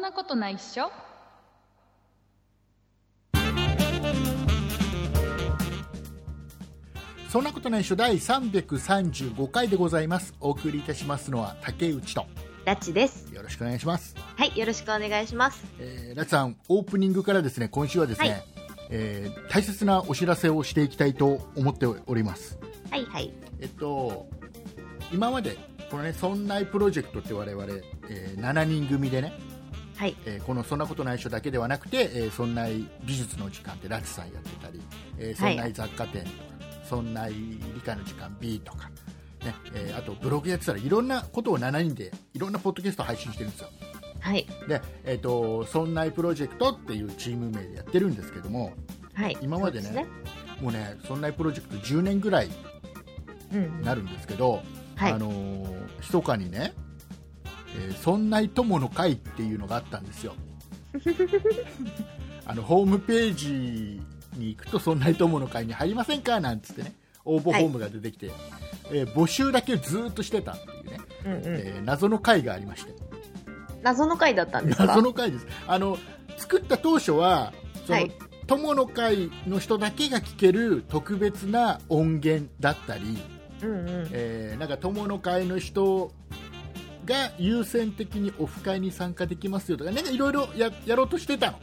なことないっしょそんなことないっしょ第335回でございますお送りいたしますのは竹内とラッチです。よろしくお願いします、はい、よろしくお願いします。えー、ラッチさんオープニングからですね今週はですね、はいえー大切なお知らせをしていきたいと思っておりますはいはい。えっと今までこのね「そんないプロジェクト」って我々、えー7人組でね、はいえーこの「そんなことないっしょ」だけではなくて「えーそんない美術の時間」ってラチさんやってたり「えーそはいんない雑貨店」そんない理科の時間 B」とか、ねえーあとブログやってたらいろんなことを7人でいろんなポッドキャスト配信してるんですよはい。で、えっと「そんないプロジェクト」っていうチーム名でやってるんですけどもはい。今までねそうすもうね「そんないプロジェクト」10年ぐらいうん。なるんですけど、はいあ。のー密かにね、えーそんない友の会っていうのがあったん ですよあのホームページに行くとそんない友の会に入りませんかなんつってね応募フォームが出てきて、えー募集だけずーっとしてたっていうね、うんうん。えー謎の会がありまして謎の回だったんですか謎の会ですあの作った当初はその、はい友の会の人だけが聞ける特別な音源だったり、うんうん。えーなんか友の会の人が優先的にオフ会に参加できますよとかなんかいろいろややろうとしてたの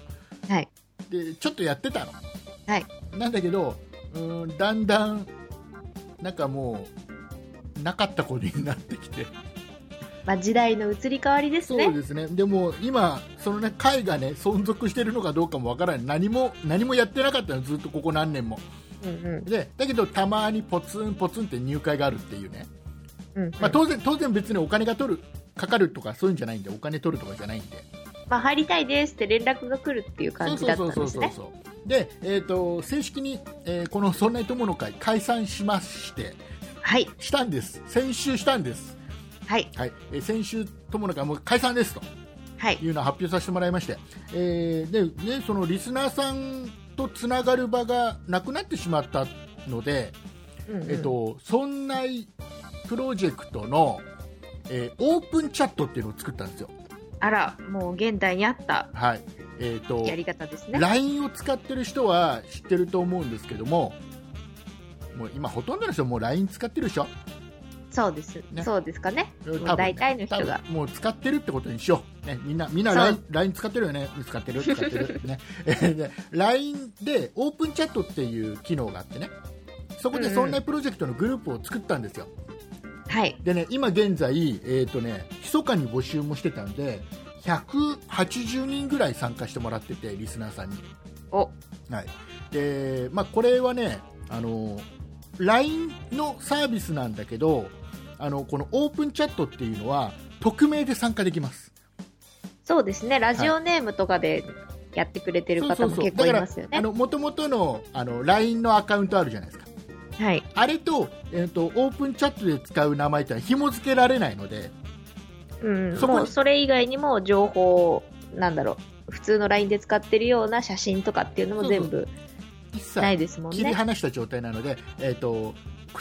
はい。でちょっとやってたの、はいなんだけどうーんだんだんなんかもうなかったことになってきてまあ、時代の移り変わりですそうね。ですねでも今その、ね、会が、ね、存続してるのかどうかもわからない何も何もやってなかったのずっとここ何年もうんうん。でだけどたまにポツンポツンって入会があるっていうねうんうんまあ、当然当然別にお金が取るかかるとかそういうんじゃないんでお金取るとかじゃないんでまあ、入りたいですって連絡が来るっていう感じだったんそうですそうそうね。そうそうで、えー、と正式に、えーこの「そんな友の会」解散しましてはい。したんです先週したんです、はい。はいえー先週友の会もう解散ですとはい。いうのを発表させてもらいまして、えーでね、そのリスナーさんとつながる場がなくなってしまったので、うんうんえっ、とそんなプロジェクトの、えーオープンチャットっていうのを作ったんですよあら、もう現代にあったはい。えっ、と、やり方ですね。 LINE を使ってる人は知ってると思うんですけども、もう今ほとんどの人もう LINE 使ってるでしょそうです、ねそうですかね。多分ねもう大体の人多が。分もう使ってるってことにしよう。ね、みんな、みんなそう LINE, LINE 使ってるよね。使ってる、使ってる。 ね。えーで LINE でオープンチャットっていう機能があってね。そこでうんうんそんなプロジェクトのグループを作ったんですよ。はい。でね、今現在、えっ、とね、密かに募集もしてたんで、180人ぐらい参加してもらってて、リスナーさんに。お、はいでまあ、これはねあの LINE のサービスなんだけどあのこのオープンチャットっていうのは匿名で参加できますそうですね。ラジオネームとかでやってくれてる方も結構いますよねあ。の元々のあの LINE のアカウントあるじゃないですかはい。あれと,、えー、とオープンチャットで使う名前ってのは紐付けられないのでうん、そこにもうそれ以外にも情報なんだろう普通の LINE で使ってるような写真とかっていうのも全部一切ないですもん切りね。離した状態なので、えー、と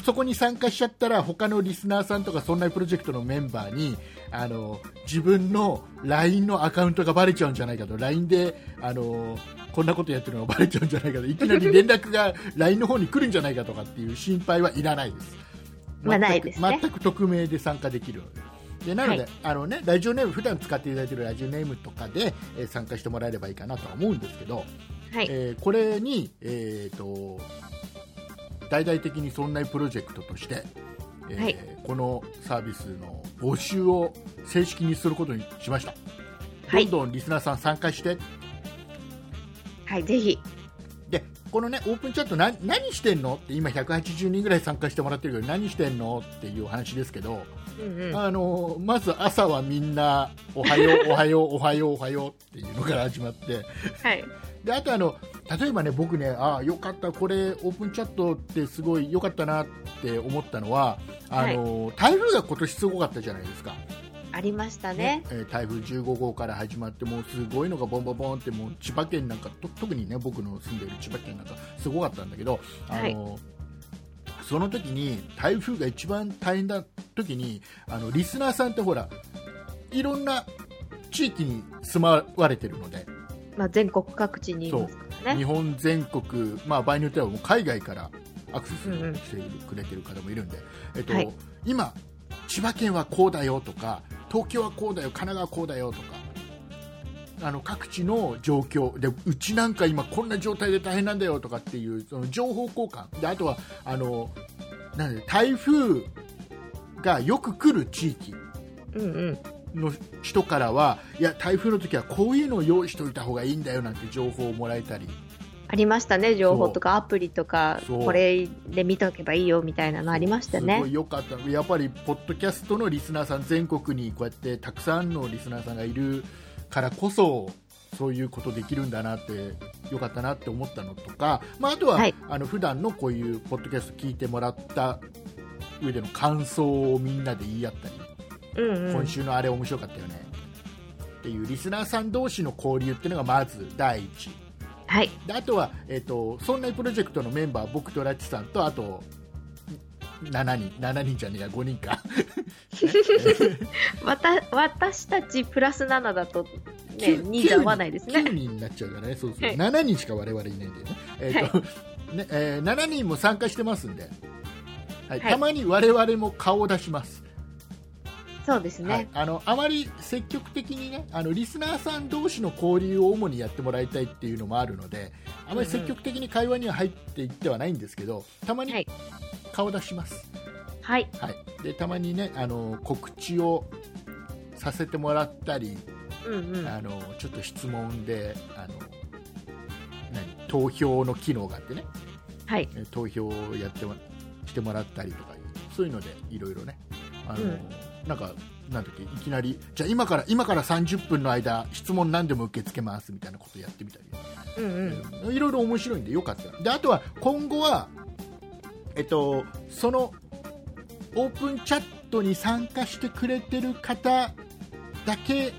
そこに参加しちゃったら他のリスナーさんとかそんなプロジェクトのメンバーにあの自分の LINE のアカウントがバレちゃうんじゃないかと LINE であのこんなことやってるのがバレちゃうんじゃないかといきなり連絡が LINE の方に来るんじゃないかとかっていう心配はいらないです。ま全あくないですね全く匿名で参加できるので。でなので、はいあのね、ラジオネーム普段使っていただいているラジオネームとかで、えー参加してもらえればいいかなとは思うんですけど、はい、えーこれに、えー、と大々的にそんなプロジェクトとして、えーはいこのサービスの募集を正式にすることにしました、はいどんどんリスナーさん参加してはい、ぜひでこのねオープンチャットな何してんのって今180人ぐらい参加してもらってるけど何してんのっていうお話ですけど、うんうん、あのまず朝はみんなおはようおはようおはようおはようっていうのから始まってはい、であとあの例えばね僕ねああよかったこれオープンチャットってすごい良かったなって思ったのはあの、台風が今年すごかったじゃないですか、ありましたね。えー台風15号から始まってもうすごいのがボンボンボンってもう千葉県なんかと特にね僕の住んでいる千葉県なんかすごかったんだけどあの、その時に台風が一番大変な時にあのリスナーさんってほらいろんな地域に住まわれてるので、まあ、全国各地にいますから日ね。本全国、まあ、場合によってはもう海外からアクセスうんうんしてくれてる方もいるんで、えっとはい今、千葉県はこうだよとか東京はこうだよ神奈川こうだよとかあの各地の状況でうちなんか今こんな状態で大変なんだよとかっていうその情報交換であとはあのなんで台風がよく来る地域うんうん。の人からはいや台風の時はこういうのを用意しておいた方がいいんだよなんて情報をもらえたり。ありましたね、情報とかアプリとか、そうこれで見ておけばいいよみたいなのありましたすねご。い良かったやっぱりポッドキャストのリスナーさん全国にこうやってたくさんのリスナーさんがいるからこそそういうことできるんだなって良かったなって思ったのとか、まあ、あとは、はいあの普段のこういうポッドキャスト聞いてもらった上での感想をみんなで言い合ったり、うんうん。今週のあれ面白かったよねっていうリスナーさん同士の交流っていうのがまず第一はい。であとは、えっとそんなプロジェクトのメンバー僕とラッチさんとあと7人7人じゃねえや5人かわた私たちプラス7だ と、ね、九2じゃ合わないです9人ね。になっちゃうからねそうそう、はい7人しか我々いないんでね,、えっとねえー7人も参加してますんで、はい、はいたまに我々も顔を出します、そうですはいね。、あのあまり積極的にねあのリスナーさん同士の交流を主にやってもらいたいっていうのもあるのであまり積極的に会話には入っていってはないんですけどたまはにい顔を出します、はい。はい、でたまにねあの告知をさせてもらったり、うんうん。あのちょっと質問であの何投票の機能があってねはい。え投票をやってもしてもらったりとかいうそういうのでいろいろねあの、うんなんかなんだっけいきなりじゃあ今から今から30分の間質問何でも受け付けますみたいなことやってみたりうんうん。いろいろ面白いんでよかったらであとは今後は、えっと、そのオープンチャットに参加してくれてる方だけ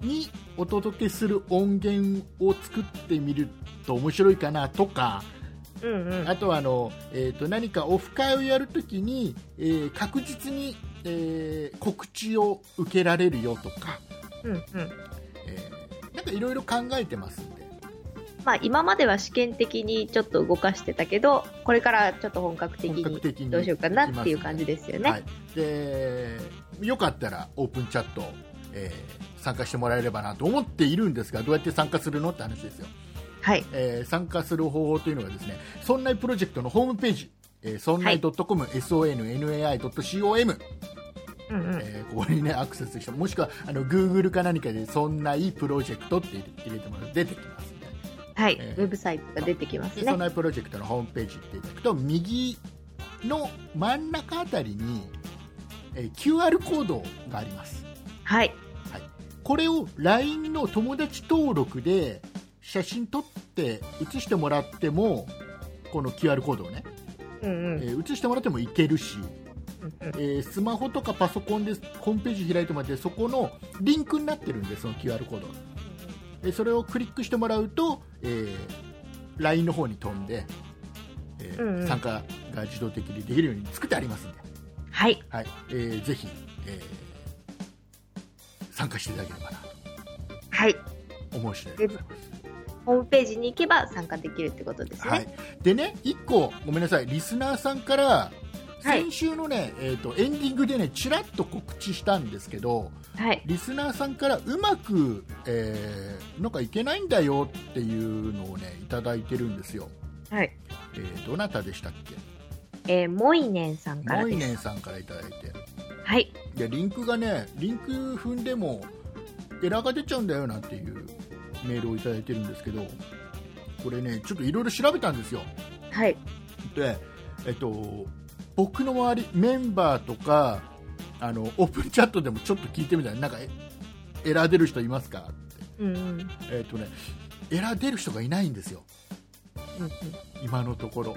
にお届けする音源を作ってみると面白いかなとかうんうん。あとはあの、えっと何かオフ会をやるときに、えー確実に、えー告知を受けられるよとか、うんうん。えーなんかいろいろ考えてますんで。まあ、今までは試験的にちょっと動かしてたけど、これからちょっと本格的本格的ににどうしようかなっていう感じですよね。はい、でよかったらオープンチャット、えー参加してもらえればなと思っているんですがどうやって参加するのって話ですよ、はい。えー参加する方法というのがですねそんないプロジェクトのホームページえーそんない .com、sonnai.com、うんうん。えーここにねアクセスしてもしくはあの Google か何かでそんないプロジェクトって入れてもらうと出てきますねはい。えーウェブサイトが出てきますでそんね。なプロジェクトのホームページ行っていただくと右の真ん中あたりに、えー QR コードがありますはい。これを LINE の友達登録で写真撮って写してもらってもこの QR コードをね、うんうん。えー写してもらってもいけるし、うんうんえースマホとかパソコンでホームページ開いてもらってそこのリンクになってるんでその QR コードがえーそれをクリックしてもらうと、えー LINE の方に飛んで、えーうんうん参加が自動的にできるように作ってありますんで、はい。はいえーぜひ、えー参加していただければなはい。と思う次第でございます。ホームページに行けば参加できるってことですね。はい、でね、1個、ごめんなさい、リスナーさんから、はい先週のね、えーと、エンディングでね、ちらっと告知したんですけど、はい。リスナーさんからうまく、えーなんかいけないんだよっていうのをね、いただいてるんですよ。はい。えーどなたでしたっけえー、モイネンさんからモイでネす。ンさんからいただいてはい。でリンクがねリンク踏んでもエラーが出ちゃうんだよなんていうメールをいただいてるんですけどこれねちょっといろいろ調べたんですよはい。でえっと僕の周りメンバーとかあのオープンチャットでもちょっと聞いてみたらなんかえエラー出る人いますかってうんうん。うんえっとねエラー出る人がいないんですようん今のところ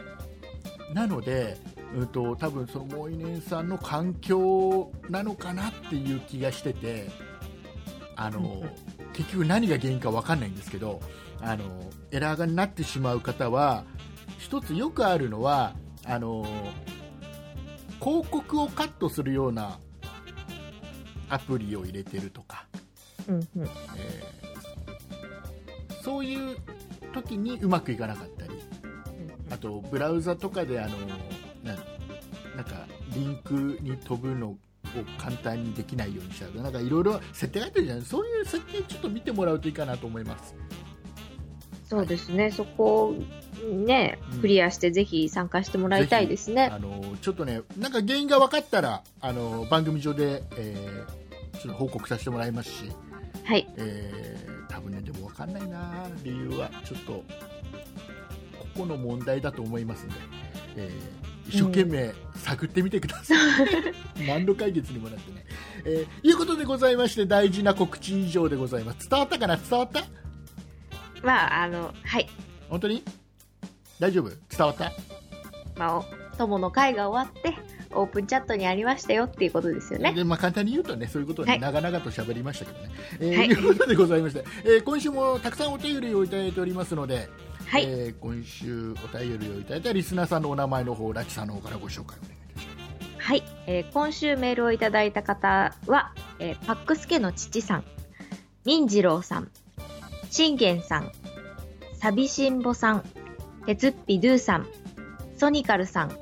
なので、うん、と多分そのモイネンさんの環境なのかなっていう気がしててあの、うんうん結局何が原因か分かんないんですけどあのエラーがになってしまう方は一つよくあるのはあの広告をカットするようなアプリを入れてるとかうんうんえーそういう時にうまくいかなかったりあとブラウザとかであのななんかリンクに飛ぶのを簡単にできないようにしたりなんかいろいろ設定があってるじゃないそういう設定ちょっと見てもらうといいかなと思いますそうですね、そこをねうん、クリアしてぜひ参加してもらいたいですね。あのちょっとねなんか原因が分かったらあの番組上で、えーちょっと報告させてもらいますし、はい、えー多分ねでも分かんないな理由はちょっとここの問題だと思いますんで、えー一生懸命探ってみてくださ い、何の解決にもなってね、えーいうことでございまして大事な告知以上でございます伝わったかな伝わったまあ、あの、はい、本当に大丈夫伝わったまあ、お友の会が終わって、オープンチャットにありましたよっていうことですよね。でまあ、簡単に言うとねそういうことを、ねはい長々と喋りましたけどね。えーはいということでございまして、えー今週もたくさんお便りをいただいておりますので、はい、えー今週お便りをいただいたリスナーさんのお名前の方ラキさんの方からご紹介お願いいたしまはい、えー今週メールをいただいた方は、えーパックスケの父さん、忍次郎さん、信玄さん、サビシンボさん、鉄っぴドゥさん、ソニカルさん、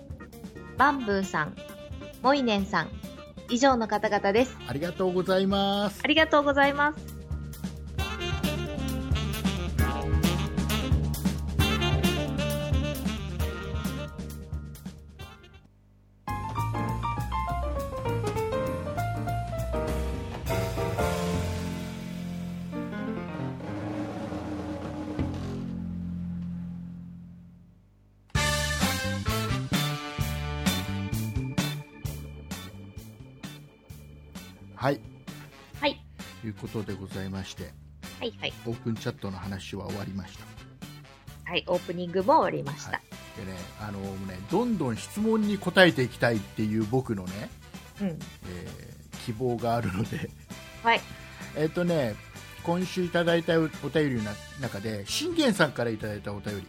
バンブーさん、モイネンさん、以上の方々です。すありがとうございますありがとうございます。はいはい、ということでございましてはい、はい、オープンチャットの話は終わりましたはい、オープニングも終わりました。でねあのもうねどんどん質問に答えていきたいっていう僕のね、うん、えー希望があるので はい、えっとね、今週いただいたお便りの中で、信玄さんからいただいたお便り、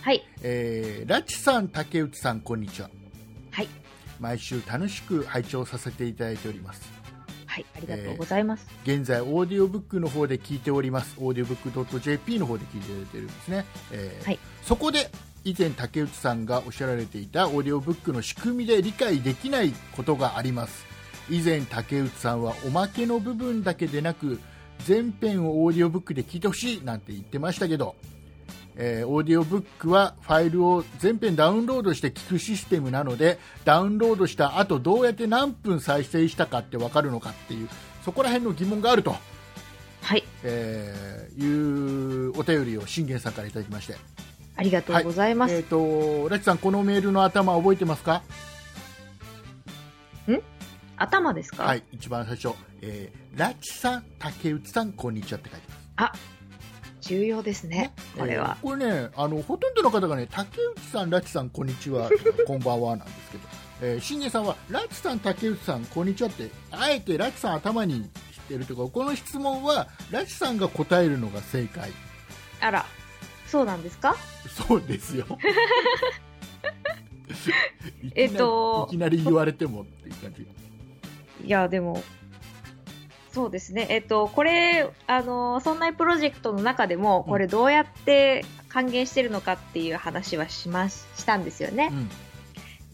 はい、えー、ラチさん、竹内さん、こんにちは。はい、毎週楽しく拝聴させていただいております。はい、ありがとうございます。現在、オーディオブックの方で聞いております。オーディオブック .jp の方で聞いていただいてるんですね。えーはいそこで、以前竹内さんがおっしゃられていたオーディオブックの仕組みで理解できないことがあります。以前、竹内さんはおまけの部分だけでなく、全編をオーディオブックで聞いてほしいなんて言ってましたけど、えーオーディオブックはファイルを全編ダウンロードして聞くシステムなのでダウンロードした後どうやって何分再生したかって分かるのかっていうそこら辺の疑問があると、はい、えーいうお便りを信玄さんからいただきまして、ありがとうございえます。ー、とラチさんこのメールの頭覚えてますか頭ですか、はい一番最初、えーラチさん竹内さんこんにちはって書いてます重要ですね、これはえ。ーこれねあのほとんどの方がね竹内さん、ラチさんこんにちはと かこんばんはなんですけど、えー、信玄さんはラチさん、竹内さんこんにちはってあえてラチさん頭にしてるというかこの質問はラチさんが答えるのが正解あら、そうなんですかそうですよ いきなりえっといきなり言われてもっていう感じいや、でも、そうですね。えっと、これ、あの、そんなプロジェクトの中でも、うんこれどうやって還元してるのかっていう話はしまし、したんですよねう。ん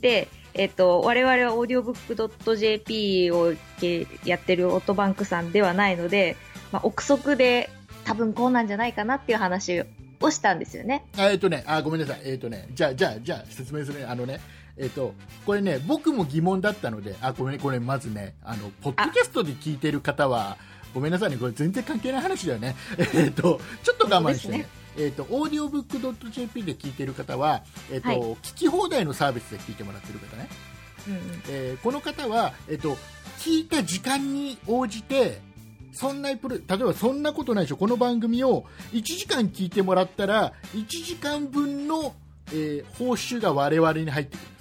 で、えっと、我々はオーディオブック .jp をけやってるオートバンクさんではないので、まあ、憶測で多分こうなんじゃないかなっていう話をしたんですよね。あえっとね、あごめんなさい、えっとね、じゃあ、じゃあ、じゃあ説明するね、あのね、えっと、これね、僕も疑問だったので、あ、ごめんね、これまずね、あの、ポッドキャストで聞いてる方は、ごめんなさいね、これ全然関係ない話だよね。えっと、ちょっと我慢してね。そうでえっと、オーディオブックドット JP で聞いてる方は、えっと、はい聞き放題のサービスで聞いてもらってる方ね。うんうんえーこの方は、えっと、聞いた時間に応じてそんなプロ例えばそんなことないでしょこの番組を1時間聞いてもらったら1時間分の、えー報酬が我々に入ってくるんです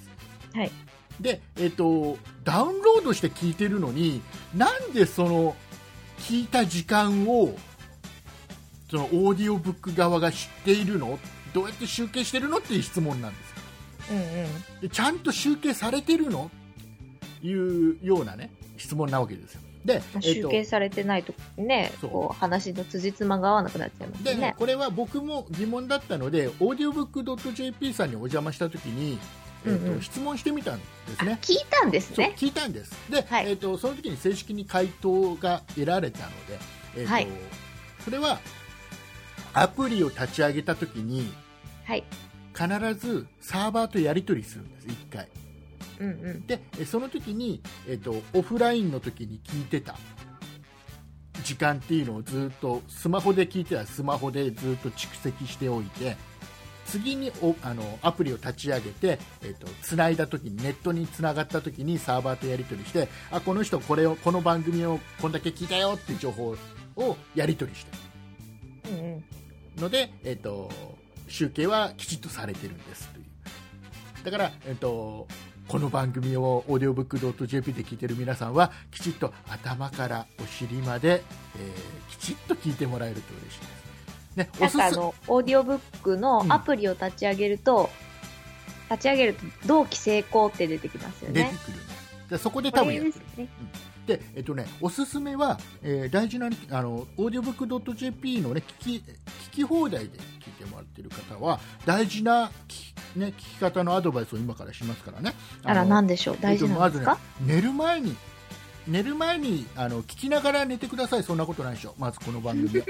はい。で、えっとダウンロードして聞いてるのになんでその聞いた時間をそのオーディオブック側が知っているのどうやって集計してるのっていう質問なんですうんうん。でちゃんと集計されてるのいうようなね質問なわけですよで、えっ集と計されてないとね、そうこう話の辻褄が合わなくなっちゃいますで、ね。これは僕も疑問だったので、オーディオブックドット JP さんにお邪魔したときに、えっとうんうん質問してみたんですね。聞いたんですそうね。聞いたんです。で、はいえっとその時に正式に回答が得られたので、えっとはいそれはアプリを立ち上げたときにはい。必ずサーバーとやり取りするんです一回。うんうん。でえその時に、えっとオフラインの時に聞いてた時間っていうのをずっとスマホで聞いてたらスマホでずっと蓄積しておいて次におあのアプリを立ち上げて、えっと繋いだ時にネットに繋がった時にサーバーとやり取りしてあこの人これをこの番組をこんだけ聞いたよっていう情報をやり取りしてうんうん。ので、えっと集計はきちっとされてるんですというだから、えっとこの番組をオーディオブックドット JP で聞いてる皆さんはきちっと頭からお尻まで、えーきちっと聞いてもらえると嬉しいです。ね、おなすんすかあの、オーディオブックのアプリを立ち上げると、立ち上げると同期成功って出てきますよ出てね。くるねでそこで多こ分れやってでるすね。で、えっとね、おすすめは、えー大事なあのオーディオブックドット JP の、ね、聞き聞き放題で聞いてもらってる方は大事な聞き,、ね、聞き方のアドバイスを今からしますからね。あら、のなんでしょう。大事なんですか、えっとまずね、寝る前に寝る前にあの聞きながら寝てくださいそんなことないでしょまずこの番 組は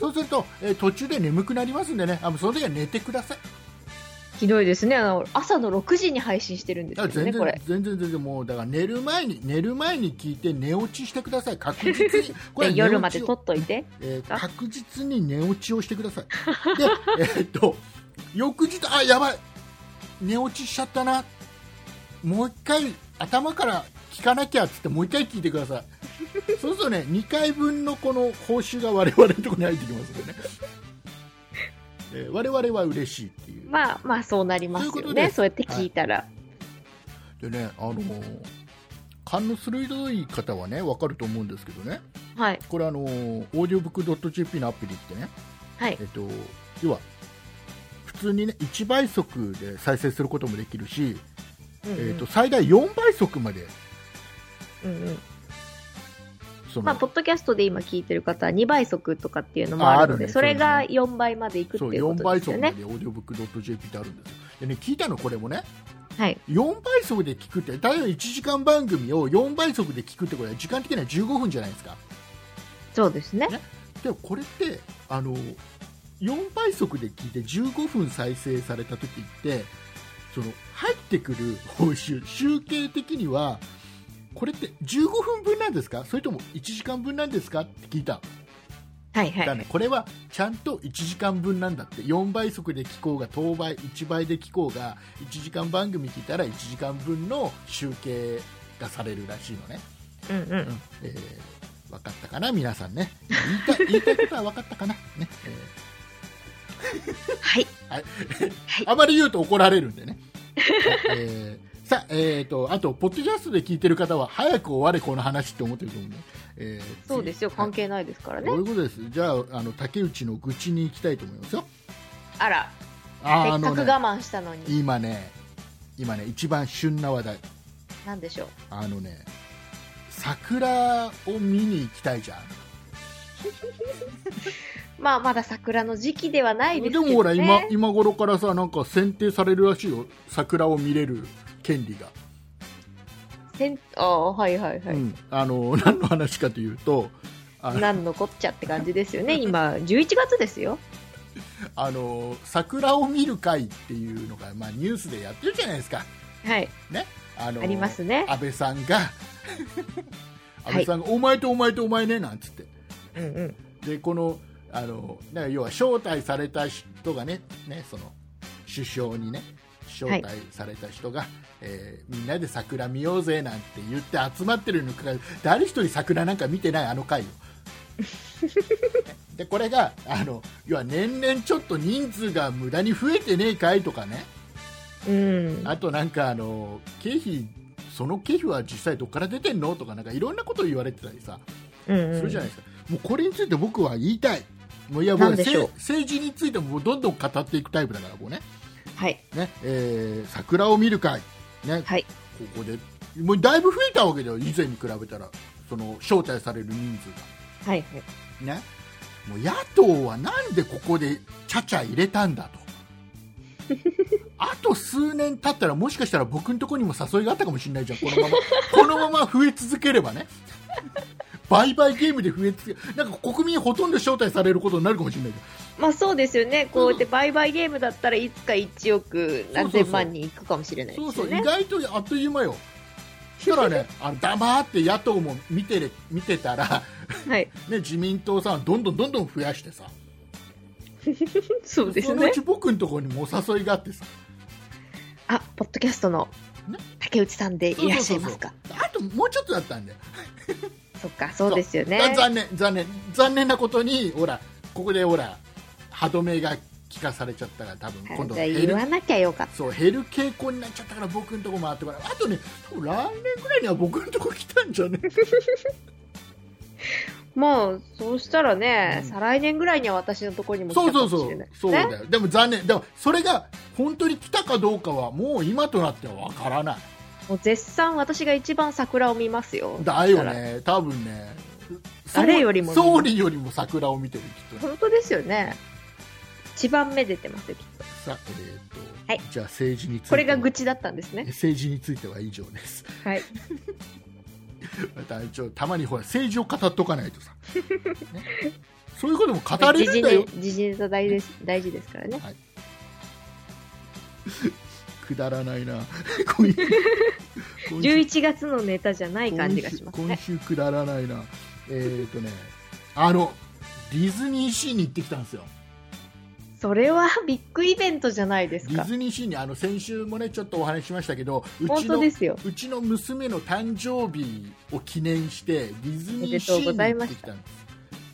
そうすると、えー途中で眠くなりますんでねあのその時は寝てくださいひどいですね。あの、朝の6時に配信してるんですだよから全ね、然これ。全然全然もうだから寝る前に寝る前に聞いて寝落ちしてください確実 にこでは寝落ちを夜まで撮っといて。えーあ確実に寝落ちをしてください。 で、えーっと、翌日、あ、やばい、寝落ちしちゃったな、もう一回、頭から聞かなきゃっつって、もう一回聞いてくだ さい。そうするとね、2回分のこの報酬が我々のところに入ってきますよね。えー我々は嬉しいっていう。まあまあそうなりますというこよとでね。そうやって聞いたら。でね、あのー勘の鋭い方はね、わかると思うんですけどね、はい。これ、あのー、オーディオブックドット JP のアプリってね、はいえ。っと、要は普通に、ね、1倍速で再生することもできるし、うんうんえっと最大4倍速までうんうんその、まあ、ポッドキャストで今聞いてる方は2倍速とかっていうのもあるので、ああるねそれがそう4倍までいくってそういうこ4と倍ですよ速まね。でオーディオブックドット JP ってあるんですよで、ね、聞いたのこれもねはい。 4倍速で聞くって例えば1時間番組を4倍速で聞くってことは時間的には15分じゃないですかそうですね。でもこれってあの4倍速で聞いて15分再生された時ってその入ってくる報酬集計的にはこれって15分分なんですかそれとも1時間分なんですかって聞いた、はいはだからい。ね、これはちゃんと1時間分なんだって4倍速で聞こうが当倍1倍で聞こうが1時間番組聞いたら1時間分の集計がされるらしいのねうんうん。えー、分かったかな、皆さんね。言いたい言いたいことは分かったかな。ねえはい。ーあまり言うと怒られるんでね。 はいえーさあ、えー、とあと、ポッドキャストで聞いてる方は早く終われ、この話って思ってると思うんで、えー次そうですよ。関係ないですからはいねそ。ういうことです、じゃああの、竹内の愚痴に行きたいと思いますよ。あら、あせっーあかのくね、我慢したのに、今ね、今ね、一番旬な話題、なんでしょう。あのね、桜を見に行きたいじゃん。まあ、まだ桜の時期ではないですけでどね。もほら今今頃からさなんか選定されるらしいよ桜を見れる権利が、せんああ、はいはいはうい。んあの何の話かというとあのなんのこっちゃって感じですよね。今、11月ですよ。あの桜を見る会っていうのが、まあ、ニュースでやってるじゃないですかはい。あのありますね。安倍さんがはい安倍さんが、お前とお前とお前ね」なんつってうんうん。でこのあのなんか要は招待された人がねねその首相にね招待された人が、えーみんなで桜見ようぜなんて言って集まってるのにかかわらず誰一人桜なんか見てないあの 回をでこれがあの要は年々ちょっと人数が無駄に増えてねえかいとかねうん。あとなんかあの経費その経費は実際どっから出てんのとかなんかいろんなことを言われてたりさうんうそれじゃんないですか、もうこれについて僕は言いたい、もういやなもんでしょうせ政治についてももうどんどん語っていくタイプだから、もうねはい。ね、えー桜を見る会、ねはいここで、もうだいぶ増えたわけだよ、以前に比べたら、そその招待される人数はいはい。が、ね、もう野党はなんでここでちゃちゃ入れたんだと あと数年経ったらもしかしたら僕のところにも誘いがあったかもしれないじゃんこのまま このまま増え続ければね売買ゲームで増え続けなんか国民ほとんど招待されることになるかもしれないじゃんまあそうですよね。こうやって売買ゲームだったらいつか1億何千万人いくかもしれないそうですそよう、ね意。外とあっという間よ。したら ね、あの黙って野党も見てれ見てたら、はい。ね、自民党さん、どんどんどんどん増やしてさ、そうですのうねち。僕のところにもお誘いがあってさ、あ、ポッドキャストのね竹内さんでいらっしゃいますか。あともうちょっとだったんだよ、そっか、そうですよね。だ残念、残念、残念なことに、ほら、ここでほら、歯止めが聞かされちゃったから、多分あ今度じゃあ減言るわなきゃよかっそう減る傾向になっちゃったから僕のとこ回ってこないあとね多分来年ぐらいには僕のとこ来たんじゃねた。まあ、そうしたらね、うん再来年ぐらいには私のところ にも来そうたかそもうしそれなうそい。うだよ、でも残念でもそれが本当に来たかどうかはもう今となってはわからないもう絶賛私が一番桜を見ますよ。だよ。ね多分ね総誰よりも総理よりも桜を見てるきっとね本当ですよね。一番目出てますよ、きっと。さえーっと、はいじゃあ政治についてこれが愚痴だったんですね。政治については以上です はい。また一応たまにほら政治を語っとかないとさ、 ねそういうことも語れるんだよ時事ね時事ネタ大です大事ですからね。くだらないな今週今週11月のネタじゃない感じがします今ね。週今週くだらないなえーっとねあのディズニーシーに行ってきたんですよそれはビッグイベントじゃないですディか。ズニーシーにあの先週もねちょっとお話ししましたけどう本ちの当ですよ。うちの娘の誕生日を記念してディズニーシーに行ってきたんで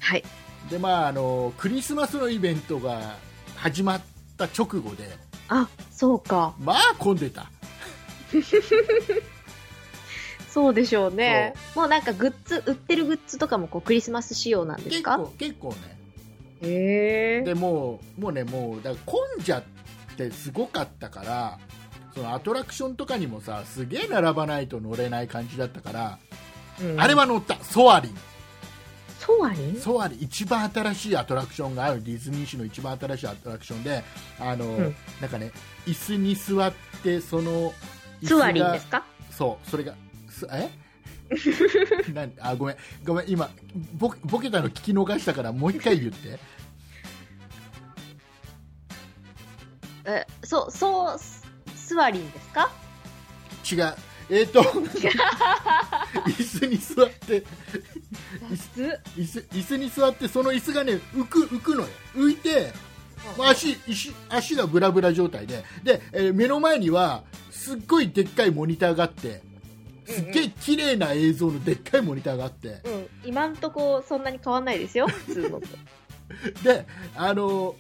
はい。すでまああのクリスマスのイベントが始まった直後であ、そうか。まあ混んでたそうでしょうね。もうなんかグッズ、売ってるグッズとかもこうクリスマス仕様なんです結か構結構ねへえで。もうもうねもうだから混んじゃってすごかったからそのアトラクションとかにもさすげえ並ばないと乗れない感じだったから、うんあれは乗ったソアリンソアリンソアリン一番新しいアトラクションがあるディズニーシーの一番新しいアトラクションであの、うんなんかね椅子に座ってその椅子ソがアリンですかそうそれがす えなんあごめんごめん今ボボケたの聞き逃したからもう一回言ってえ、そう、そう、ススワリンですか違うえっ、と 椅子に座って夏椅子椅子に座ってその椅子がね浮く浮くのよ浮いてうん足足足がブラブラ状態でで、えー目の前にはすっごいでっかいモニターがあってすっげえ綺麗な映像のでっかいモニターがあってうん、今んとこそんなに変わんないですよ、普 通のと。であのー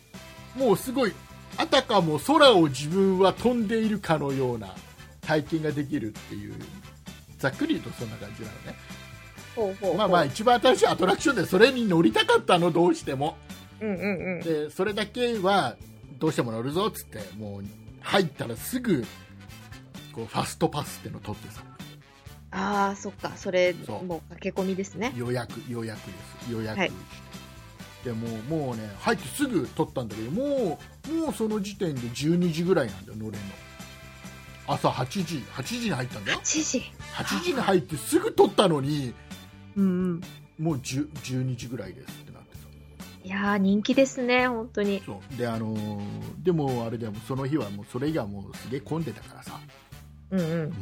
もうすごいあたかも空を自分は飛んでいるかのような体験ができるっていうざっくり言うとそんな感じなのねほうほうほうまあまあ、一番新しいアトラクションでそれに乗りたかったのどうしてもうんうんうん。でそれだけはどうしても乗るぞっつってもう入ったらすぐこうファストパスっての取ってさああ、そっか、それ、そうもう駆け込みですね。予約予約です予約して、はいでもうもうね入ってすぐ取ったんだけどもうもうその時点で12時ぐらいなんだよ乗れんの朝8時8時に入ったんだよ8時。 8時に入ってすぐ取ったのにうんうん。もう10 12時ぐらいですってなってさいやー、人気ですね、本当に。そうであのーでもあれだよその日はもうそれ以外はもうすげえ混んでたからさうんうん。もう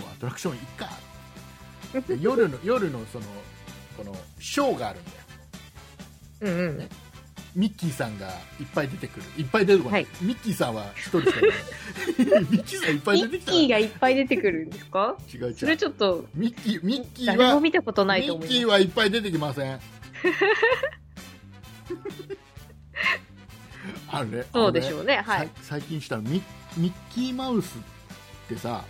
アトラクションいっかで夜の夜のそのこのショーがあるんだようんうん。ミッキーさんがいっぱい出てくるいっぱい出てこない、はミッキーさんは一人しかいないミ ッキーさんいっぱいミ出てッきたキーがいっぱい出てくるんですか違うそ違れうちょっと、ミッキーミッキー誰はもミ見たことないと思ッキいーまはいっぱい出てきませ んあれす。そうでしょう、うね、さはい。最近したらミミッキーマウスってさ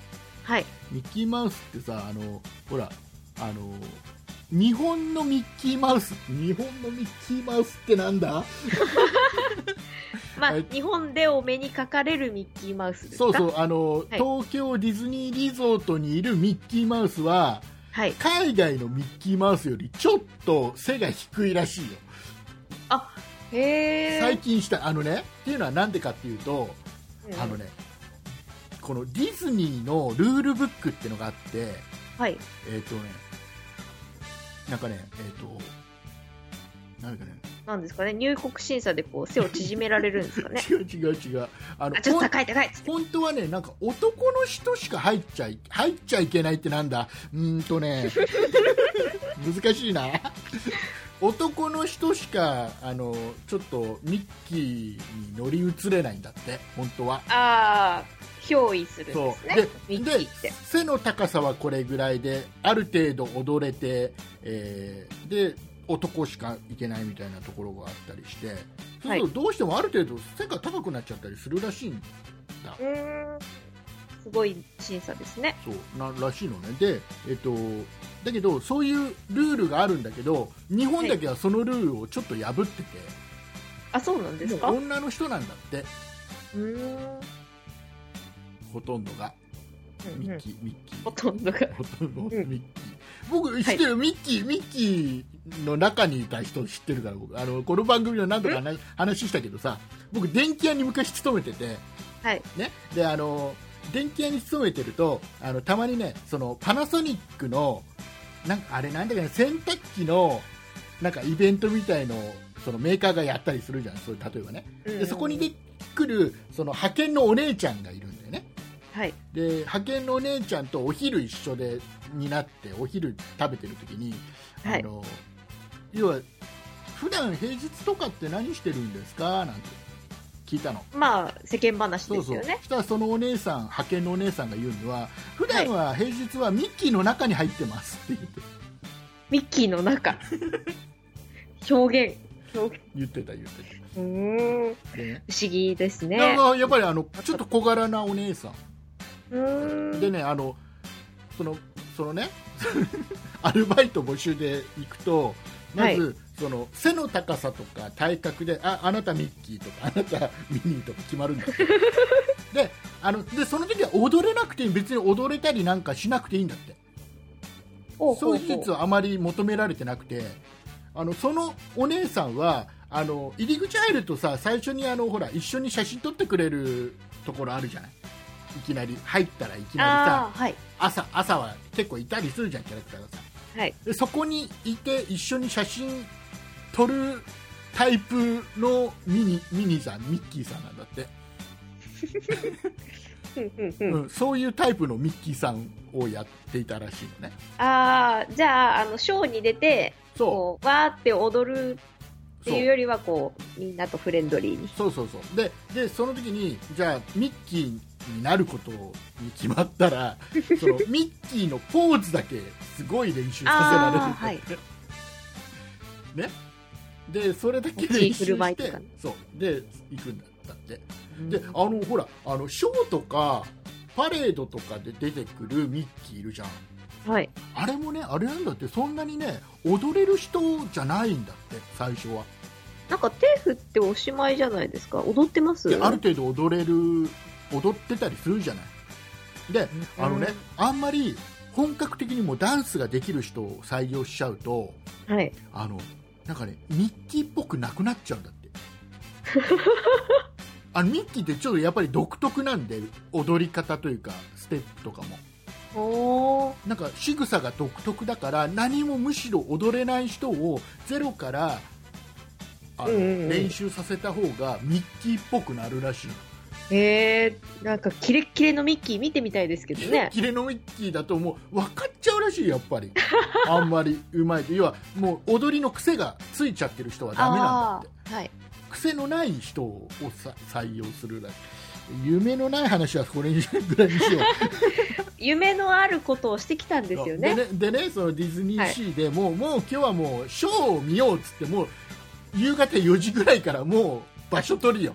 はい。ミッキーマウスってさあのほらあの日本のミッキーマウス日本のミッキーマウスってなんだまあ、はい日本でお目にかかれるミッキーマウスですかそうそうあの、はい東京ディズニーリゾートにいるミッキーマウスは、はい。海外のミッキーマウスよりちょっと背が低いらしいよへえ。最近したあのねっていうのはなんでかっていうとうんあのねこのディズニーのルールブックってのがあってはい。えっ、とねなんかねえっ、となんかね。なんですかね。入国審査でこう背を縮められるんですかね 違う違う違うあのあ、ちょっほんと高い高いっつって。本当はねなんか男の人しか入っちゃい入っちゃいけないってなんだうーんとね 難しいな男の人しかあのちょっとミッキーに乗り移れないんだって本当はああ、憑依するんでそすうね。でミッキでーって。背の高さはこれぐらいである程度踊れて、えーで男しか行けないみたいなところがあったりしてそうするとどうしてもある程度背が高くなっちゃったりするらしいんうーん。すごい審査ですね。そうならしいのねで、えっと、だけどそういうルールがあるんだけど日本だけはそのルールをちょっと破ってて、あ、そうなんですかもうう女の人なんだってーん。ほとんどがうんミうッんキー、ミッキーほとんどが。ほとんどミんッキー、僕知ってる、ミッキーミッキーの中にいた人知ってるから僕あのこの番組の何度か話話したけどさ僕電気屋に昔勤めてて、はい。ね、であの電気屋に勤めてるとあのたまにねそのパナソニックのなんかあれなんだっけな洗濯機のなんかイベントみたいのをそのメーカーがやったりするじゃんそういう例えばねうんでそこに出てくるその派遣のお姉ちゃんがいるんだよねはい。で派遣のお姉ちゃんとお昼一緒でになってお昼食べてる時に、はいあの要は普段平日とかって何してるんですかなんて聞いたのまあ、世間話そでうすそう、よね。そしたらそのお姉さん派遣のお姉さんが言うには普段は平日はミッキーの中に入ってますって言ってミッキーの中。 表現。表現。言ってた言ってうーん。た でね不思議ですだね。からやっぱりあのちょっと小柄なお姉さうんーん。でねあのそのそのね アルバイト募集で行くとまず、その背の高さとか体格でああなたミッキーとかあなたミニーとか決まるんだけ どであのでその時は踊れなくていい別に踊れたりなんかしなくていいんだってほうほそうほいう技術はあまり求められてなくてあのそのお姉さんはあの入り口入るとさ最初にあのほら一緒に写真撮ってくれるところあるじゃないいきなり入ったらいきなああ、はい。りさ朝朝は結構いたりするじゃんキャラクターがさはい。でそこにいて一緒に写真撮るタイプのミニミニさんミッキーさんなんだって、うんうんううんん。そういうタイプのミッキーさんをやっていたらしいのねああ、じゃあ、あの、ショーに出て、そこう、わーって踊るうっていうよりは、こう、みんなとフレンドリーに。そうそうそうででその時にじゃあミッキーになることに決まった らそのミッキーのポーズだけすごい練習させられるあーはいねでそれだけ立ち練習振る舞しいとてかねそうで行くんだったってであのほらあのショーとかパレードとかで出てくるミッキーいるじゃんはい。あれもねあれなんだってそんなにね踊れる人じゃないんだって最初はなんか、手振っておしまいじゃないですか。踊ってますである程度踊れる踊ってたりするじゃないでうんあのねあんまり本格的にもうダンスができる人を採用しちゃうとはい。あのなんかねミッキーっぽくなくなっちゃうんだって あのミッキーってちょっとやっぱり独特なんで踊り方というかステップとかもおー。なんか仕草が独特だから何もむしろ踊れない人をゼロからあの、うんうんうん練習させた方がミッキーっぽくなるらしいえー、なんか、キレッキレのミッキー見てみたいですけどね。キレのミッキーだともう分かっちゃうらしいやっぱりあんまりうまいと要はもう踊りの癖がついちゃってる人はダメなんだってあーはい。癖のない人をさ採用するらしい夢のない話はこれにしぐらいにしよう夢のあることをしてきたんですよね。でね そのディズニーシーでもう,、もう今日はもうショーを見ようっつってもう夕方4時ぐらいからもう場所取りよ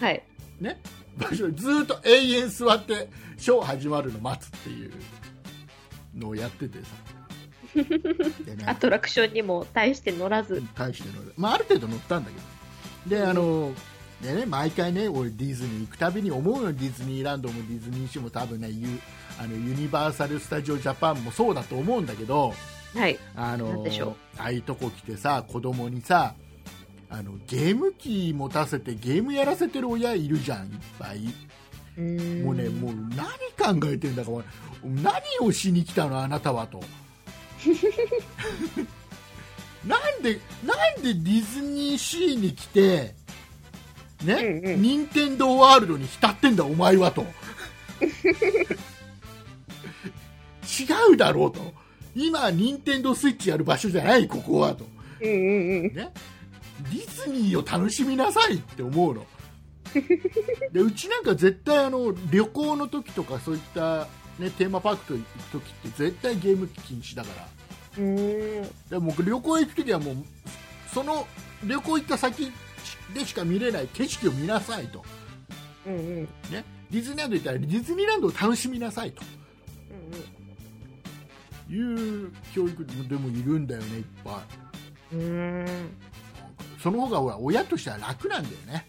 はい。ね場所ずーっと永遠座ってショー始まるの待つっていうのをやって てさでねアトラクションにも対して乗らず。大して乗る、まあ、ある程度乗ったんだけどであの、でね、毎回ね俺ディズニー行くたびに思うよディズニーランドもディズニーシーも多分ね言うあのユニバーサル・スタジオ・ジャパンもそうだと思うんだけどはい。あなんのでしょうああいうとこ来てさ子供にさあのゲーム機持たせてゲームやらせてる親いるじゃんいっぱい。うーんもうね、もう何考えてんだかわかんない、何をしに来たの、あなたは と。なんで、なんでディズニーシーに来て、ね、うんうん任天堂ワールドに浸ってんだ、お前はと。 違うだろうと。今、任天堂スイッチやる場所じゃない、ここはと。うんうんうん。ね、ディズニーを楽しみなさいって思うのでうちなんか絶対あの旅行の時とかそういった、ね、テーマパークと行く時って絶対ゲーム機禁止だからうーん。でも僕旅行行く時はもうその旅行行った先でしか見れない景色を見なさいと、うんうん。うんね、ディズニーランド行ったらディズニーランドを楽しみなさいという教育でもいるんだよねいっぱいうん。うーん。その方がほら親としては楽なんだよね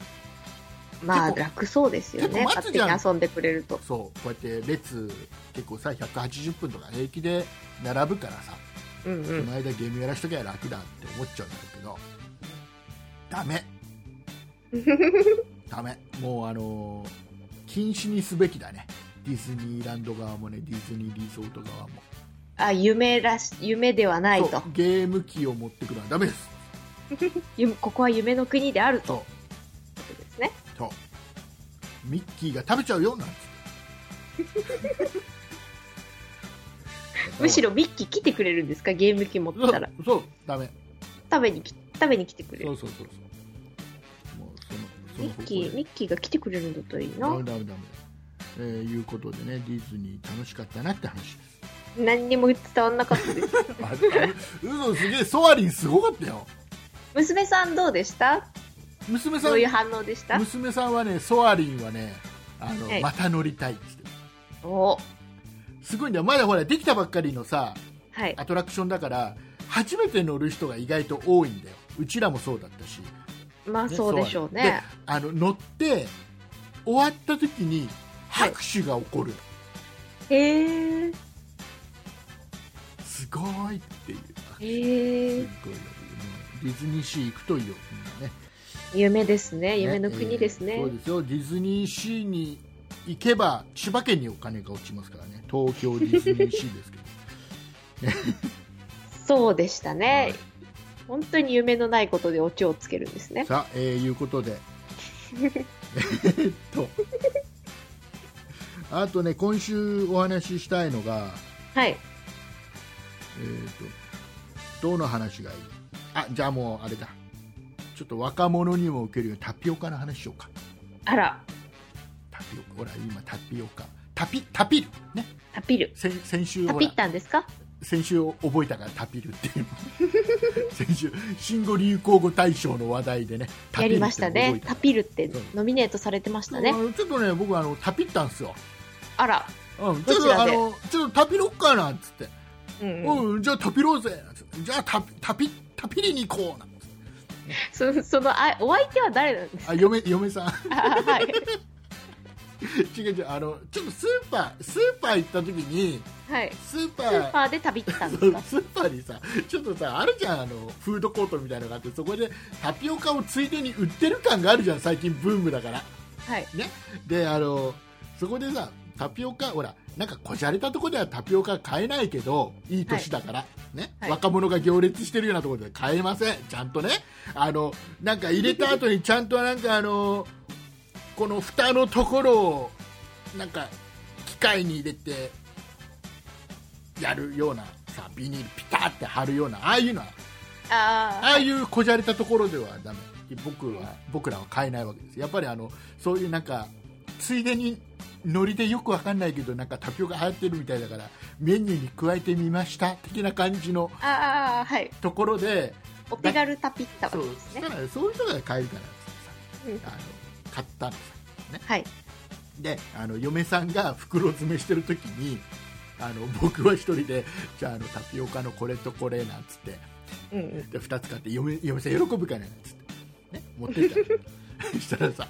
まあ結構楽そうですよ結構ね。待つ勝じ手ゃんに遊んでくれると。そうこうやって列結構さ180分とか平気で並ぶからさ、うんうこん。の間ゲームやらしときゃ楽だって思っちゃうんだけどダ メダメもうあのー禁止にすべきだねディズニーランド側もねディズニーリゾート側も、あ、夢らし、夢ではないそうと。ゲーム機を持ってくるのはダメですゆここは夢の国であると。そいうことですね。うそうミッキーが食べちゃうよなんつって むしろミッキー来てくれるんですかゲーム機持っそうてたら。そうダメ食べにき、食べに来てくれそる。うそうそうそう。もうそのそのミッキー、ミッキーが来てくれるんだったらいいダメな。ダメダメ。えー、いうことでねディズニー楽しかったなって話。何にも伝わんなかったです。 あでも嘘すげえソアリンすごかったよ。娘さんどうでした娘さどんういう反応でした娘さんはねソアリンはねあの、はいまた乗りたいって言ってる。おすごいんだよまだほらできたばっかりのさはい。アトラクションだから初めて乗る人が意外と多いんだよ。うちらもそうだったし。まあねそうでしょうソアリンでね。あの乗って終わった時にはい拍手が起こる。へえ。すごいっていう。へえ。すごいよディズニーシー行くといいよ、みんなね、夢ですね。夢の国ですえねーそう。ですよ、ディズニーシーに行けば、千葉県にお金が落ちますからね、東京ディズニーシー ですけど、そうでしたはねい。本当に夢のないことでオチをつけるんですね。さあ、えーいうこと で、えーっと、あとね、今週お話ししたいのが、はい。えーっと、どの話がいいあじゃあもう、あれだ、ちょっと若者にも受けるようにタピオカの話しようか、あら、タピオカ、ほら、今、タピオカ、タピ、タピル、ね。タピる。先先週タほピらったんですか先週覚えたからタピルっていう 先週新語・流行語大賞の話題でねタやピルりってましたね。タピるってそうノミネートされてました覚えたねあ。のちょっとね僕あのタピったんですよ、あら、うん、ちどょっちとらあでのちょっとタピろっかなっつって、うんううんんじゃあタピろうぜなんつってじゃあタピタピタピりに行こうなんつってそそのあお相手は誰なんですあ嫁嫁さん か はい。違う違うあのちょっとスーパースーパー行った時にはい。スーパスーーパーで旅行ったんですかスーパーにさちょっとさあるじゃんあのフードコートみたいなのがあってそこでタピオカをついでに売ってる感があるじゃん最近ブームだからはい。 であのそこでさタピオカほらなんかこじゃれたとこではタピオカ買えないけどいい年だから、ねはい若者が行列してるようなところでは買えませんちゃんとねあのなんか入れた後にちゃんとなんかあのこの蓋のところをなんか機械に入れてやるようなさビニールピタって貼るようなああいうのはあああいうこじゃれたところではダメ僕は僕らは買えないわけですやっぱりあのそういうなんかついでにノリでよくわかんないけどなんかタピオカ流行ってるみたいだからメニューに加えてみました的な感じのあ、ああ、はい。ところでお手軽旅行ったわそうけですしねた。らそういう人が買えるからうんさあの買ったのさはい。であの嫁さんが袋詰めしてる時にあの僕は一人でじゃああのタピオカのこれとこれなんつってうんうん。 で2つ買って嫁嫁さん喜ぶかなっつって、ね、持ってったのそしたらさ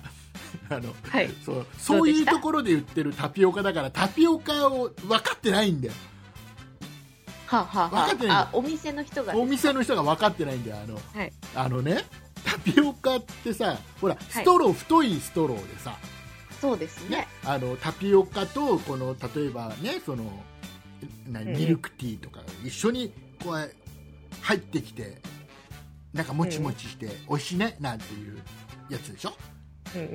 あのはい。そうそうどういでうしたところで売ってるタピオカだからタピオカを分かってないんだよはあ、はあ分かってはないあ、あ、お店の人がお店の人が分かってないんだよあの,、はいあのねタピオカってさほらストロー、太いストローでさ、そうですね。あのタピオカとこの例えばねそのなええミルクティーとか一緒にこう入ってきてなんかもちもちして美味しいねなんていうやつでしょうんうん。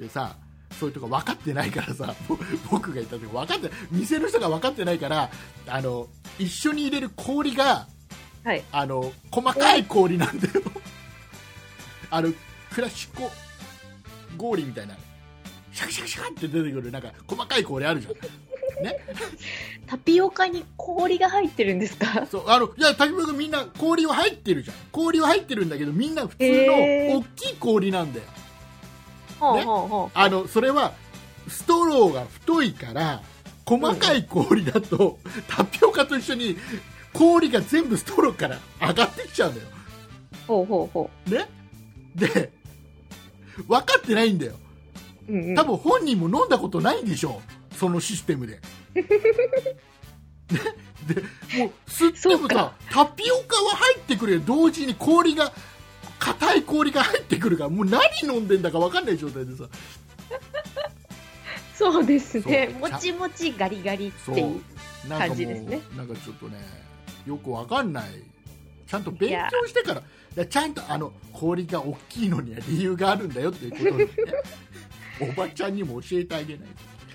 でさそういうとこ分かってないからさ ぼ僕がいた時分かって店の人が分かってないからあの一緒に入れる氷がはい。あの細かい氷なんだよあのクラシコ氷みたいなシャカシャカシャカって出てくるなんか細かい氷あるじゃんタピオカに氷が入ってるんですかそうあのいや滝村君みんな氷は入ってるじゃん氷は入ってるんだけどみんな普通のへー大きい氷なんだよ、ほうほうほう。あのそれはストローが太いから細かい氷だと、タピオカと一緒に氷が全部ストローから上がってきちゃうんだよほうほうほねで分かってないんだよう。うんうん。多分本人も飲んだことないんでしょうそのシステムで ねでもう吸ってそうもかさタピオカは入ってくるよ同時に氷が硬い氷が入ってくるからもう何飲んでんだか分かんない状態でさそうですね。そもうちもちガリガリってそういう。なんかも感うじですねなんかちょっとねよく分かんないちゃんと勉強してからだちゃんとあの氷が大きいのには理由があるんだよっていうこと をねおばちゃんにも教えてあげないと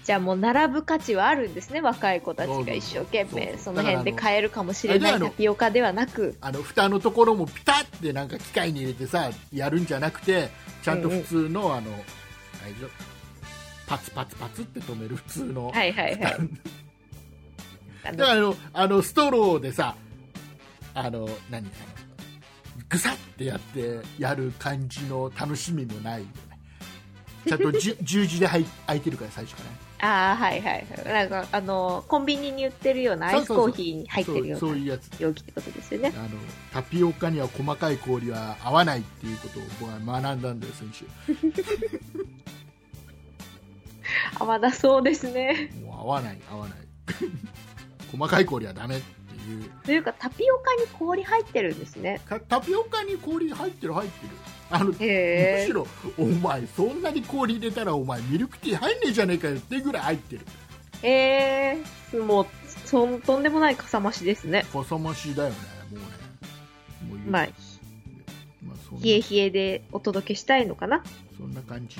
じゃあもう並ぶ価値はあるんですね。若い子たちが一生懸そうそう命そそうの辺でだからあの買えるかもしれなあれだよあいタのピオカではなく。あの蓋のところもピタッてなんか機械に入れてさやるんじゃなくてちゃんと普通の、あのあれでしょパツパツパツって止める普通の、は いはいはい。だあのからあのあのストローでさあの何あのぐさってやってやる感じの楽しみもないよねちゃんと じゅ十字で入開いてるから最初からねああ、はいはいはい。なんか、あの、コンビニに売ってるようなアイスコーヒーに入ってるよそううそうないうやつ容器ってことですよね。あのタピオカには細かい氷は合わないっていうことを僕は学んだんだよ先週合わなそうですね。もう合わない合わない 細かい氷はダメっていうというか、タピオカに氷入ってるんですね。かタピオカに氷入ってる入ってるあのむへしろお前そんなに氷入れたらお前ミルクティー入んねえじゃねえかよってぐらい入ってるえ。ええ。もう、そん、とんでもないかさ増しですね。こさましだよねもうねもう言うまあ、まあそんな冷え冷えでお届けしたいのかなそんな感じ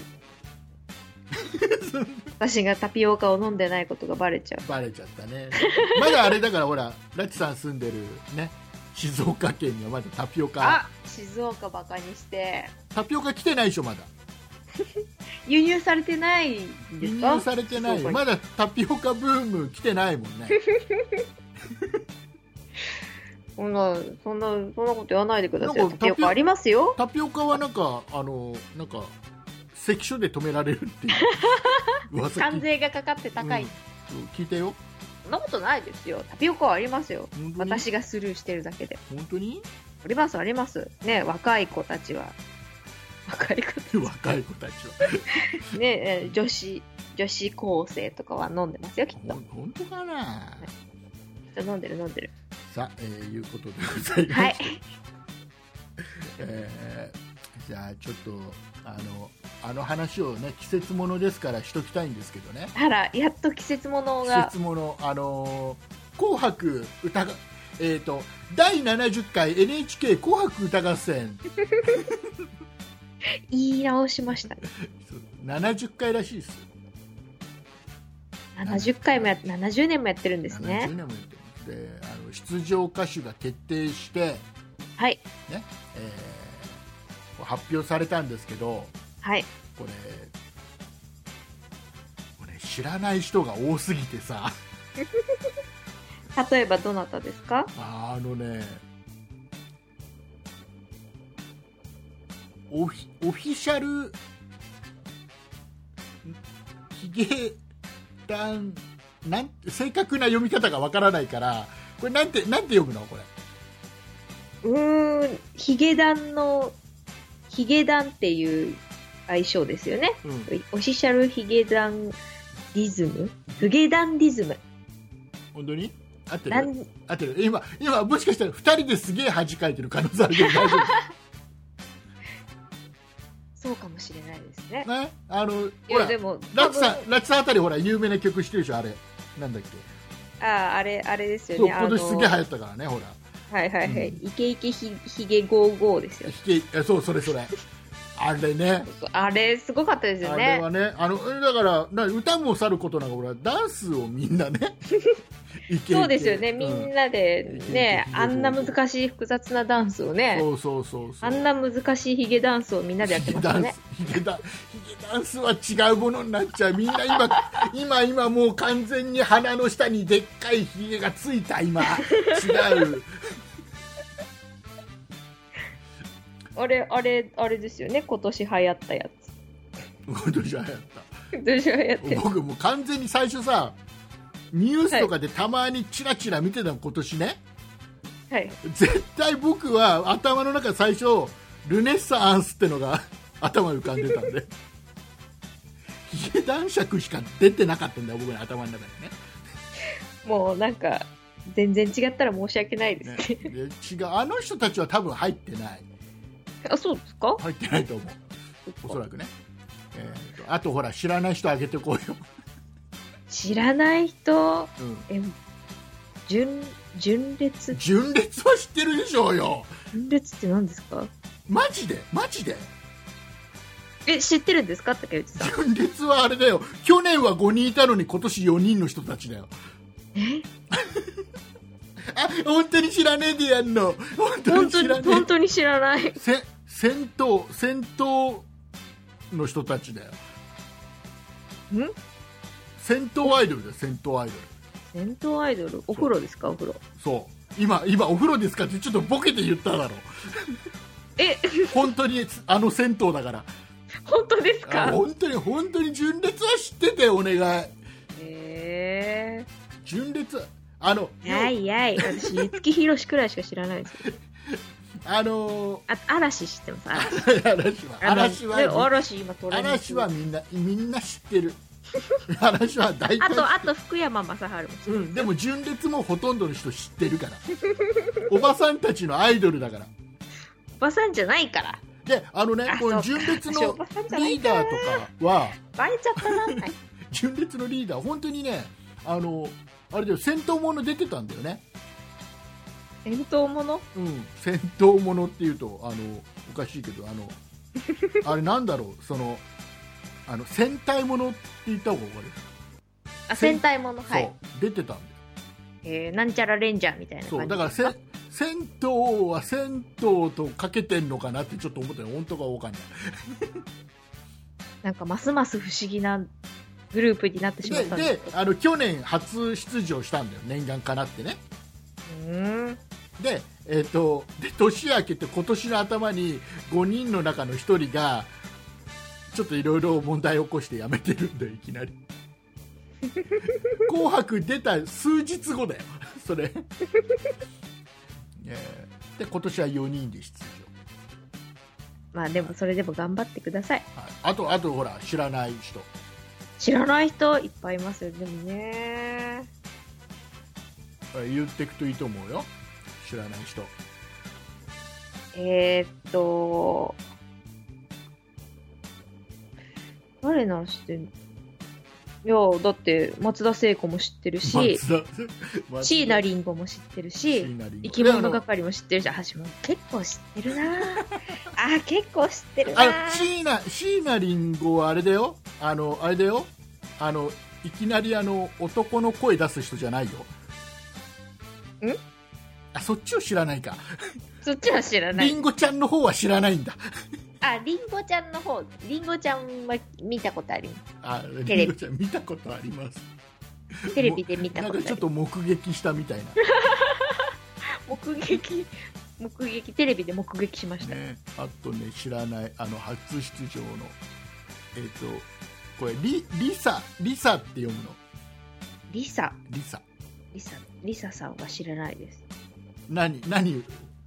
私がタピオカを飲んでないことがバレちゃう。バレちゃったね まだあれだからほらラチさん住んでるね静岡県にはまだタピオカあ静岡バカにして。タピオカ来てないでしょまだ輸入されてないんで輸すか入されてない静岡よにまだタピオカブーム来てないも んねそんな、そんな、そんなこと言わないでくださいなんよ。かタタピオピオカありますよ。タピオカはなんかあのなんか関所で止められるっていう噂聞関い税がかかって高い。うん聞いたよそんなことないですよ。タピオカはありますよ。本当に私がスルーしてるだけで。本当にあります、あります。ね、若い子たちは。若い子たち若い子たちはね、えー女子、女子高生とかは飲んでますよ、きっほと。ん本当かなきっと飲んでる、飲んでる。さあ、えーいうことでございまして、はい。 えーじゃあちょっとあのあの話をね季節ものですからしときたいんですけどねあら、やっと季節物季が節。ものあのー紅白歌がえっ、と第70回 NHK 紅白歌合戦言い直しましたね。 70回らしいです70回もや、70年もやってるんです70ね年。もやってますであの出場歌手が決定して、はい。えー発表されたんですけどはい。これこれ知らない人が多すぎてさ例えばどなたですかあのねオフィオフィシャルヒゲダンなん正確な読み方がわからないからこれなんてなんて読むのこれうーん、ヒゲダンの、ヒゲダンっていう、相性ですよね。うん、オフィシャルヒゲダンディズムヒゲダンディズム。本当に合ってなるん合ってる今今もしかしたら2人ですげえ恥かいてる可能性あるけど大丈そうかもしれないですね。夫 ねあのいほやらでもラ多チさ分んラチさんあたりほら有名な曲してるでしょあれなんだっけあああれあれですそようね。あ今の年すげえ流行ったからねほらはいはいはい。うイケイケヒヒゲゴーゴーですよ。弾けあそうそれそれあれねあれすごかったですよあれね。はねあのえだからな歌もさることながらほらダンスをみんな ねいけいけそうですよね。うみんなでね、うんあんな難しい複雑なダンスをね、そうそうそうそうあんな難しいヒゲダンスをみんなでやってましたね。ヒゲダンスヒゲダンスは違うものになっちゃうみんな今今今もう完全に鼻の下にでっかいヒゲがついた今違うあれあれあれですよね。今年流行ったやつ。今年はやった今年流行ってる。僕もう完全に最初さニュースとかでたまにチラチラ見てたの今年ね、はい。絶対僕は頭の中最初ルネッサンスってのが頭に浮かんでたんでヒゲ男爵しか出てなかったんだよ僕の頭の中にねもうなんか全然違ったら申し訳ないですね。ねで違うあの人たちは多分入ってないあそうですか？入ってないと思うおそらくね、えーとあとほら知らない人あげてこうよ、知らない人うんえ純純烈純烈は知ってるでしょうよ純烈って何ですか？マジでマジでえ知ってるんですか竹内 さん。純烈はあれだよ去年は5人いたのに今年4人の人たちだよえ あ本当に知らねえでやんの本当本に当知にらね本当に知らないえ。せ戦闘戦闘の人たちだよん？戦闘アイドルだよ戦闘アイドル戦闘アイドルお風呂ですかお風呂？そう今今お風呂ですかってちょっとボケて言っただろえ 本当にあの銭湯だから本当ですあか？本当に本当に純烈は知っててお願いえ純烈あの、えー。はいはい。私五木ひろしくらいしか知らないです。あのあ嵐知ってます。嵐。ー嵐は嵐あのねは嵐今トレンド中嵐はみんなみんな知ってる嵐は大あ体とあと福山雅治も知ってうるん、でも純烈もほとんどの人知ってるからおばさんたちのアイドルだからおばさんじゃないから。であのねあこのそ純うか烈私おのばさんじゃないリーダーとかはバレちゃっ たな。はい純烈のリーダー本当にねあのあれだよ戦闘もの出てたんだよね、戦闘ものうん、戦闘ものっていうとあのおかしいけどあのあれなんだろうそのあの戦隊ものって言った方が分かる、あ戦隊ものはい、そう出てたんだよえー、なんちゃらレンジャーみたいなそ感うじだからせ銭湯は銭湯とかけてんのかなってちょっと思ったよ本当かわかんないなんかますます不思議なグループになってしまっでたんでですあの去年初出場したんだよ念願かなってねうーんで,、えー、とで年明けて今年の頭に5人の中の1人がちょっといろいろ問題を起こして辞めてるんだよいきなり「紅白」出た数日後だよそれ、えーで今年は4人で出まあでもそれでも頑張ってください場、はい、あとあとほら知らない人知らない人いっぱいいますよでもね言ってくといいと思うよ知らない人えー、っと誰なら知ってるいやだって松田聖子も知ってるし松田椎名林檎も知ってるし椎名林檎生き物係も知ってるし、あ、私も結構知ってるなぁあー、結構知ってるなあのぁ椎名椎名林檎はあれだよあのあれだよあのいきなりあの男の声出す人じゃないよんあそっちを知らないかそっちは知らなりい。んごちゃんの方は知らないんだあ、りんごちゃんの方、りんごちゃんは見たことありまあテりレビんごちゃん見たことありますす。テレビで見たなんことあかちょりっと目撃したみたい目撃、目撃、テレビで目撃しましな、た。ね、あとね知らないあの初出場のえっ、とこれリリサリサって読むのリサ、リサリサ、リサさんは知らないです。何何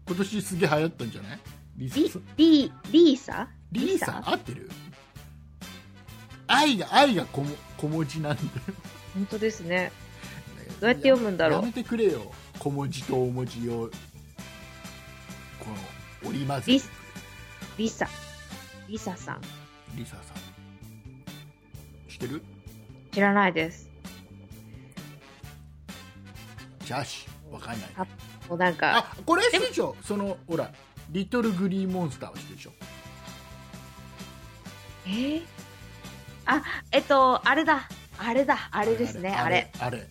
今年すげえ流行ったんじゃないリリサ、リ、リーサリーサ合ってる愛が愛が小も小文字なんだよ本当ですね。どうやって読むんだろうやめてくれよ小文字と大文字をこの織り交ぜリスリサ。リサさん。リサさん知ってる知らないです。じゃあしわかんないあもうなんか、あこれ知ってるでしょそのほらリトルグリーンモンスターは知ってるでしょえー、あ、えっと、あれだ。あれだ。あれですね。あれ。あれ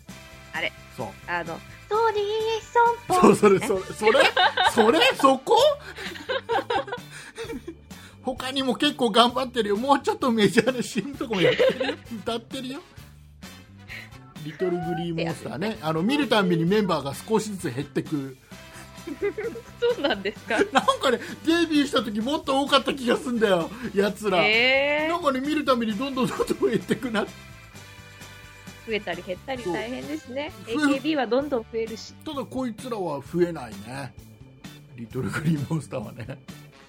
あれそうあの、トニーソンポそうそれそれそれそれそ こ他にも結構頑張ってるよもうちょっとメジャーなシーンとかもやってるよ歌ってるよリトルグリーンモンスターねあの見るたんびにメンバーが少しずつ減ってくそうなんですか。なんかねデビューした時もっと多かった気がすんだよやつら、えなんかね見るたびにどんどんどんどん減ってくなー、増えたり減ったりそう大変ですね。 そう AKB はどんどん増えるし、ただこいつらは増えないねリトルグリーンモンスターはねね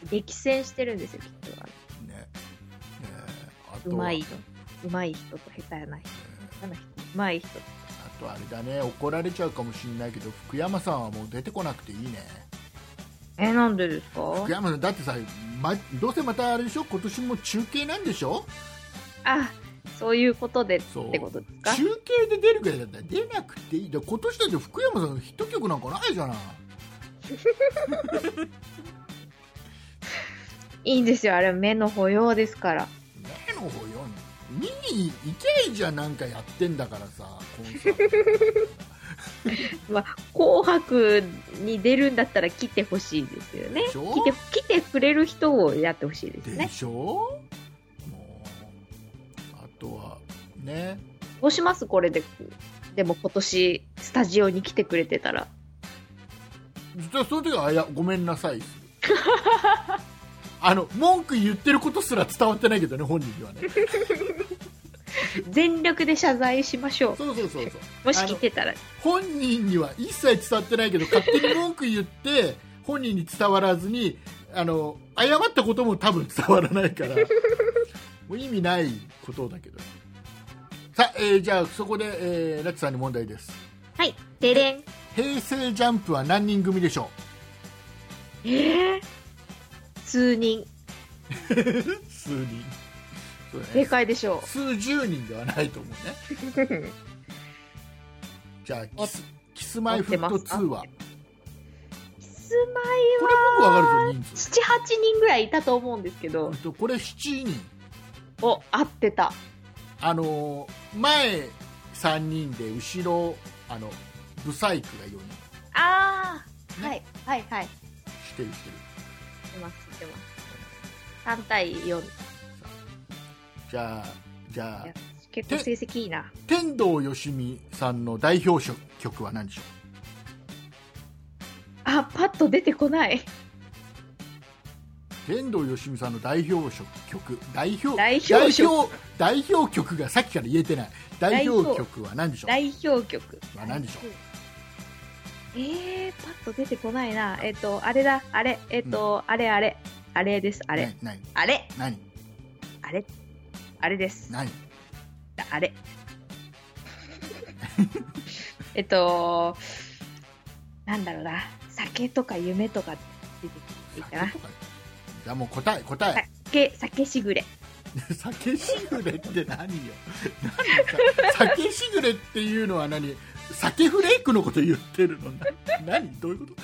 激戦してるんですよ、きっとは。ねあとうまい人。うまい人と下手な人。下手な人。うまい人。あとあれだね怒られちゃうかもしれないけど福山さんはもう出てこなくていいねえ、なんでですか福山さんだってさ、ま、どうせまたあれでしょ今年も中継なんでしょあ、そういうことでっそうてことですか中継で出るぐらいだったら出なくていいだから今年だって福山さんのヒット曲なんかないじゃないいいんですよ、あれ目の保養ですから。目の方よ見に行けばいいじゃんなんかやってんだからさコンサート紅白に出るんだったら来てほしいです よね。でしょ来て、来てくれる人をやってほしいですでね。しょもうあとはねどうしますこれで。でも今年、スタジオに来てくれてたら。実はその時はあいやごめんなさいするあの文句言ってることすら伝わってないけどね本人にはね全力で謝罪しましょう。そうそうそうそうもし来てたら。本人には一切伝わってないけど勝手に文句言って本人に伝わらずにあの謝ったことも多分伝わらないからもう意味ないことだけどさあ、えーじゃあそこで、えーラッチさんに問題ですはい。でれん。平成ジャンプは何人組でしょえぇ、数人。う数人そうだね正解でしょ数十人ではないと思うねう。じゃあキスキスマイフット2はキスマイこはれ僕わかるぞ人数7、8人ぐらいいたと思うんですけどうん、とこれ7人お、合ってた。あのー前3人で後ろあのブサイクが4人あー、ねはい、はい、はい。してるしてる知ってます、知ってます。3対4。じゃあじゃいやあ結構成績いいな。天童よしみさんの代表曲は何でしょあ、パッと出てこない。う天童よしみさんの代表曲代表代表代曲表代表曲がさっきから言えてない代表曲は何でしょう代表曲。あ何でしょうえー、パッと出てこないな。えっ、と、あれだ、あれ、えっ、と、あれあれ、あれです、あれ、何あれ、何あれ、あれです、何あれ。 えっと、なんだろうな、酒とか夢とか出てきていいかな酒。とかじゃあもう答え答え酒、酒しぐれ。 酒しぐれって何よ何さ酒しぐれっていうのは何酒フレークのこと言ってるのな何どういうこ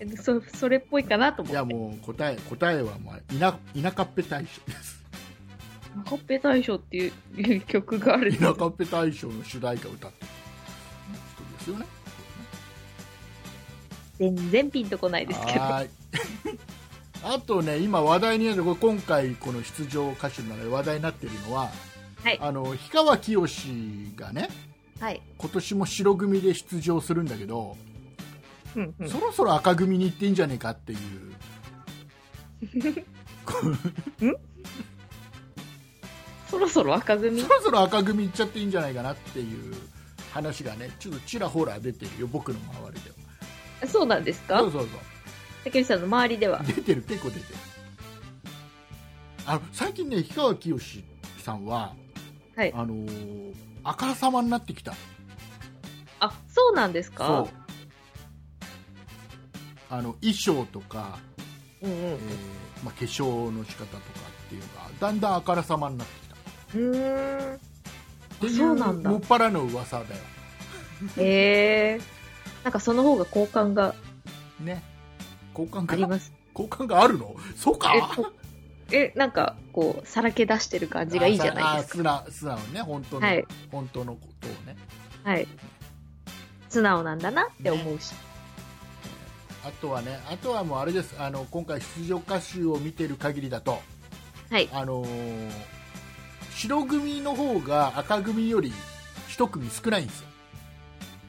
えっとそそれっぽいかなとと思いってや。もう答え答えは、まあ、田田舎っぺ大将ですカッペ大将っていういう曲があるんです田舎っぺ大将の主題歌を歌ってる人ですよね全然ピンとこないですけど。はーいあとね今話題になってるこれ今回この出場歌手の中で話題になってるのは、はいあの氷川きよしがねはい。今年も白組で出場するんだけど、うんうんそろそろ赤組に行っていいんじゃねえかっていうこそろそろ赤う組そろそろ赤組行っちゃっていいんじゃないかなっていう話がねちょっとちらほら出てるよ僕の周りではそうなんですそうかそう竹内さんの周りではそう出てる結構出てるあの最近ね氷川きよしさんは、はいあのーあからさまになってきたあ、そうなんですかそうあの衣装とか、う。うんえーまあ、化粧の仕方とかっていうのがだんだんあからさまになってきたうん。うーん。っていそうなんだもっぱらの噂だよええなんかその方が好感がね好感ありがます。好感があるのそうかえこえ、なんか、こう、さらけ出してる感じがいいじゃないですか。か素直素直ね本当の、はい本当のことをねはい。素直なんだなって思うし。あとはねあとはもうあれですあの今回出場歌手を見てる限りだとはい。あのー白組の方が赤組より一組少ないんですよ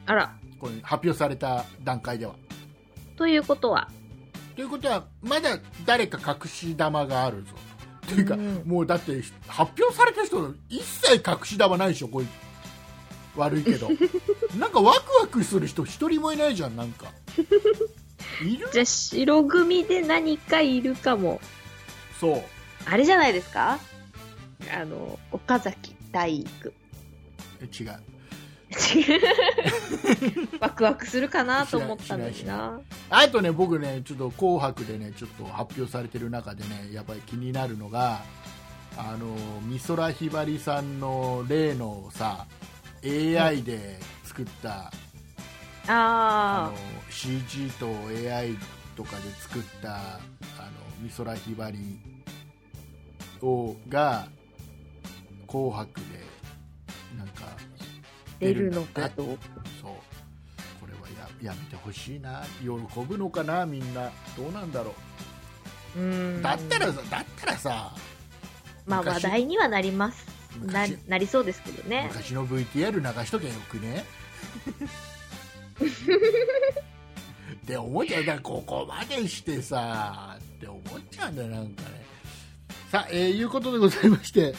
あら。これ発表された段階ではということは。ということはまだ誰か隠し玉があるぞというか、うんもうだって発表された人一切隠し玉ないでしょこれ悪いけどなんかワクワクする人一人もいないじゃんなんかいるじゃあ、白組で何かいるかも。そうあれじゃないですかあの、岡崎 体育。え違うワクワクするかなと思ったのしにないしな。あとね僕ねちょっと「紅白」でねちょっと発表されてる中でねやっぱり気になるのがあの美空ひばりさんの例のさ AI で作った、ああの CG と AI とかで作ったあの美空ひばりをが「紅白」でなんかあ、出るのか出と。そうこれはややめてほしいな喜ぶのかなみんなどうなんだろううーんだったらさだったらさまあ話昔題にはなります。な昔なりそうですけどね。昔の VTR 流しとけよく ねって思っちゃうだからここまでしてさって思っちゃうんだよなんかねさあ、えーいうことでございまして、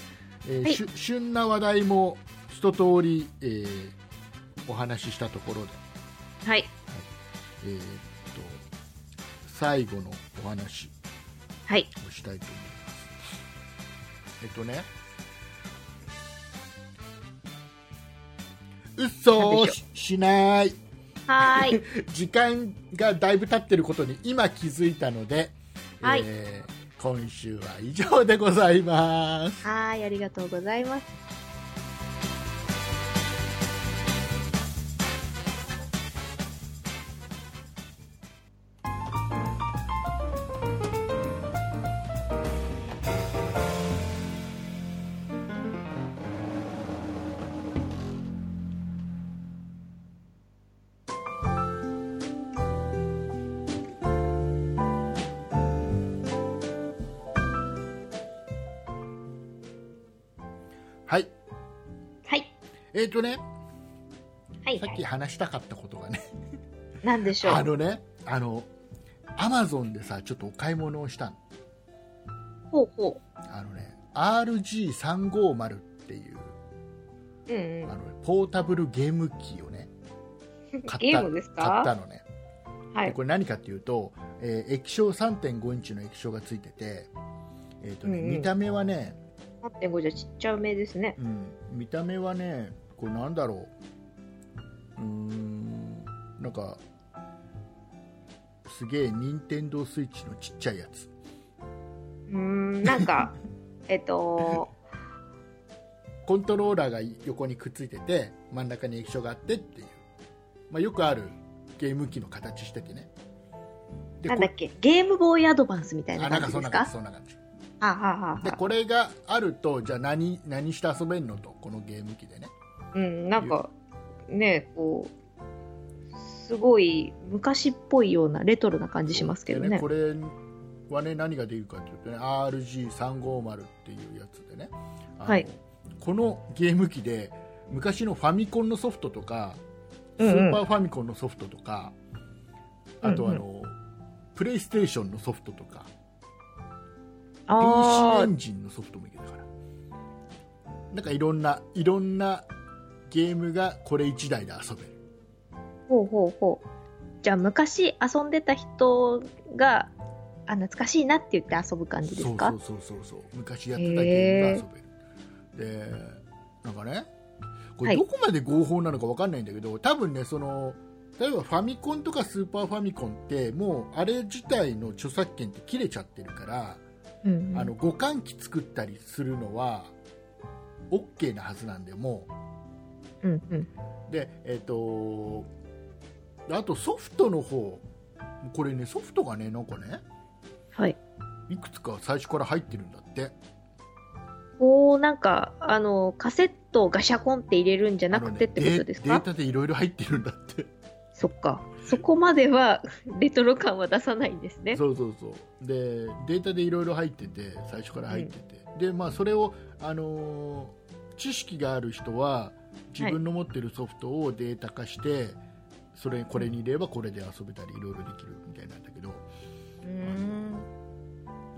えーはいしゅ旬な話題も一通り、えーお話ししたところで、はい。えーっと最後のお話はい。をしたいと思いますえっとね嘘をししないは ーい。時間がだいぶ経ってることに今気づいたので、はいえー今週は以上でございますはーい。ありがとうございます。はいはい。えっ、とねはい。さっき話したかったことがねなんでしょあう。のねあのアマゾンでさちょっとお買い物をしたのほうほあのね RG350 っていうう。うんうんあ。のねポータブルゲーム機をね買っゲたームです買ったかのね、はでい。これ何かっていうと、えー液晶3.5インチの液晶がついてて、えーとねうんうん見た目はね、 8.5じゃちっちゃめですね。うん、見た目はねこれなんだろううーんなんかすげえ任天堂スイッチのちっちゃいやつうーん、なん か、えっと、コントローラーが横にくっついてて真ん中に液晶があってっていう、まあ、よくあるゲーム機の形しててねでなんだっこけ、ゲームボーイアドバンスみたいあななんかそ感じでんなす感かじそんな感じはあはあはあではこれがあるとじゃあ何何して遊べんのとこのゲーム機でねあ。うん、なんか、ね、こう、すごい昔っぽいようなレトロな感じしますけどでね。これはね何ができるかっていうとね RG350 っていうやつでねあのはいこのゲーム機で昔のファミコンのソフトとかスうんうんーパーファミコンのソフトとか、あとあの、プレイステーションのソフトとか PC エあンジンのソフトもいけたからなんかいろんないろんなゲームがこれ1台で遊べるあ、ほうほうほう。じゃあ昔遊んでた人が、あ、懐かしいなって言って遊ぶ感じですかそうそうそうそうそう昔やってたゲームが遊べる、でなんかねこはれいどこまで合法なのかわかんないんだけど、多分ねその例えばファミコンとかスーパーファミコンってもうあれ自体の著作権って切れちゃってるから、うんうんあの互換機作ったりするのは OK なはずなんでもううんうんでえっ、とあとソフトの方これねソフトがねなんかねはいいくつか最初から入ってるんだっておーなんかあのカセットをガシャコンって入れるんじゃなくてってこあのねとですデーか、データでいろいろ入ってるんだってそっかそこまではレトロ感は出さないんですねそうそうそうでデータでいろいろ入ってて最初から入ってて、でまあそれをあのー知識がある人は自分の持ってるソフトをデータ化して、それこれに入れればこれで遊べたりいろいろできるみたいなんだけどう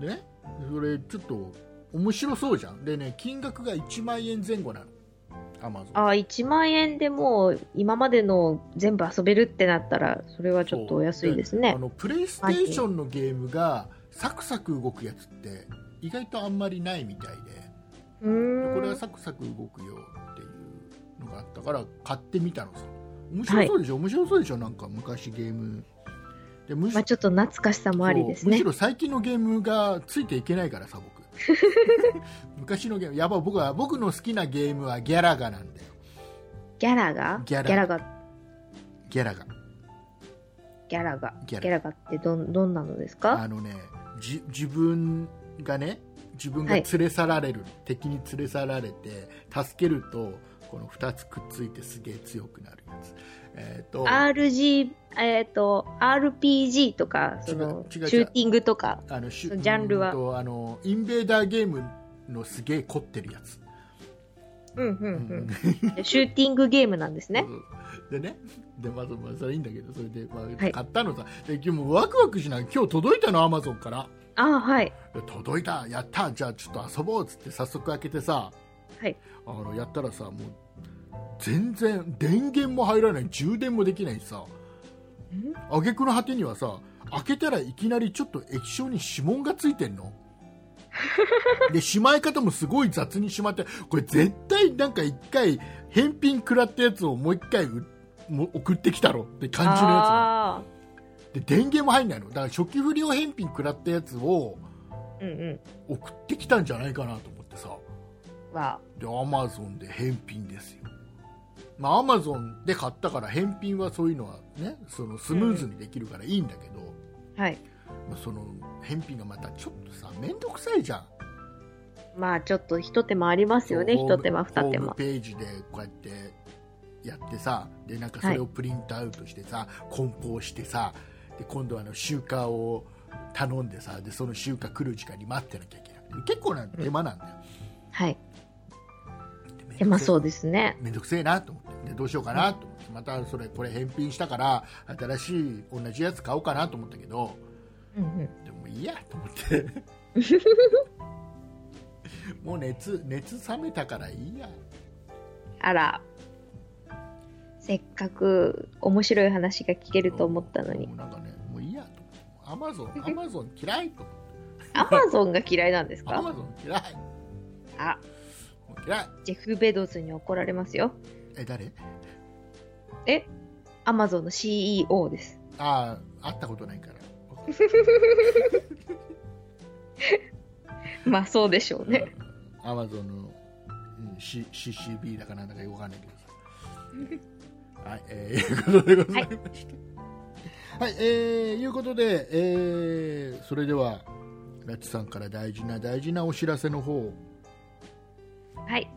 ーんでねそれちょっと面白そうじゃんでね金額が1万円前後なのアマゾンあー1万円でもう今までの全部遊べるってなったらそれはちょっとお安いですねあのプレイステーションのゲームがサクサク動くやつって意外とあんまりないみたいでうーんこれはサクサク動くよっていうのがあったから買ってみたのさ面白そうでしょ、面白そうでしょなんか昔ゲームでむしまあ、ちょっと懐かしさもありですそうむねしろ最近のゲームがついていけないからさ 僕昔のゲームやばい僕は僕の好きなゲームはギャラガなんだよギャラがギャラギャラがギャラガギャラがギギャラャラがってどんどんなのですかあのねじ自分がね自分が連れ去られる、敵に連れ去られて助けるとこの2つくっついてすげえ強くなるやつえっ、と RG えっ、と RPG とかその違シう違う違うューティングとかあのしジャンルはうんとあのインベーダーゲームのすげえ凝ってるやつ、うんううんんうんシューティングゲームなんですね でねでまず、まあ、それいいんだけどそれで、まあはい買ったのさで今日もうワクワクしない今日届いたのアマゾンからああはいで届いたやったじゃあちょっと遊ぼうっつって早速開けてさはいあのやったらさもう全然電源も入らない充電もできないしさ挙句の果てにはさ開けたらいきなりちょっと液晶に指紋がついてん のでしまい方もすごい雑にしまってこれ絶対なんか一回返品食らったやつをもう一回うもう送ってきたろって感じのやあつねで電源も入んないのだから初期不良返品食らったやつをあうんう送ってきたんじゃないかなと思ってさんわでアマゾンで返品ですよまあアマゾンで買ったから返品はそういうのはねそのスムーズにできるからいいんだけど、あはいまあその返品がまたちょっとさ面倒くさいじゃんまあちょっと一手間ありますよねホーム一手間二手ホーム間ページでこうやってやってさでなんかそれをプリントアウトしてさ、梱包してさで今度はあの集荷を頼んでさでその集荷来る時間に待ってなきゃいけない結構な手間なんだよ、はいで手間そうですねめんどくせえなと思ってでどうしようかなと思ってまたそれこれ返品したから新しい同じやつ買おうかなと思ったけどうんうんでもいいやと思って もう熱熱冷めたからいいやあらせっかく面白い話が聞けると思ったのにもうなんかねもういいやと思ってアマゾンアマゾン嫌いと思ってアマゾンが嫌いなんですアかマゾン嫌いあもう嫌いジェフ・ベドスに怒られますよえ誰えアマゾンの CEO ですああ会ったことないからまあそうでしょうねアマゾンの、うん、C- CCB だかなんだかよくわかんないけど さはい、えー、いうことでございましたはい、えー、いうことで、えー、それではラッチさんから大事な大事なお知らせの方はい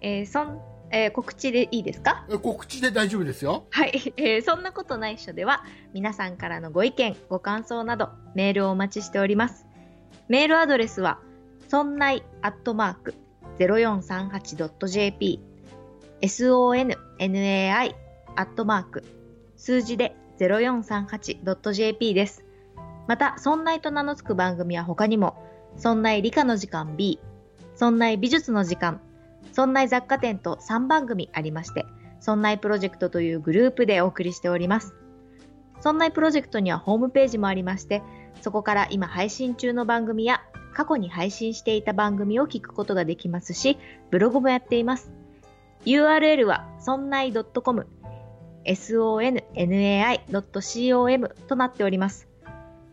えーそんえー告知でいいですかえ告知で大丈夫ですよはい、えーそんなことないっしょでは皆さんからのご意見ご感想などメールをお待ちしておりますメールアドレスはそんないアットマーク 0438.jp sonnai アットマーク数字で 0438.jp ですまたそんないと名の付く番組は他にもそんない理科の時間 B そんない美術の時間そんない雑貨店と3番組ありましてそんないプロジェクトというグループでお送りしております。そんないプロジェクトにはホームページもありまして、そこから今配信中の番組や過去に配信していた番組を聞くことができますし、ブログもやっています。URL は、そんない .com、sonnai.com となっております。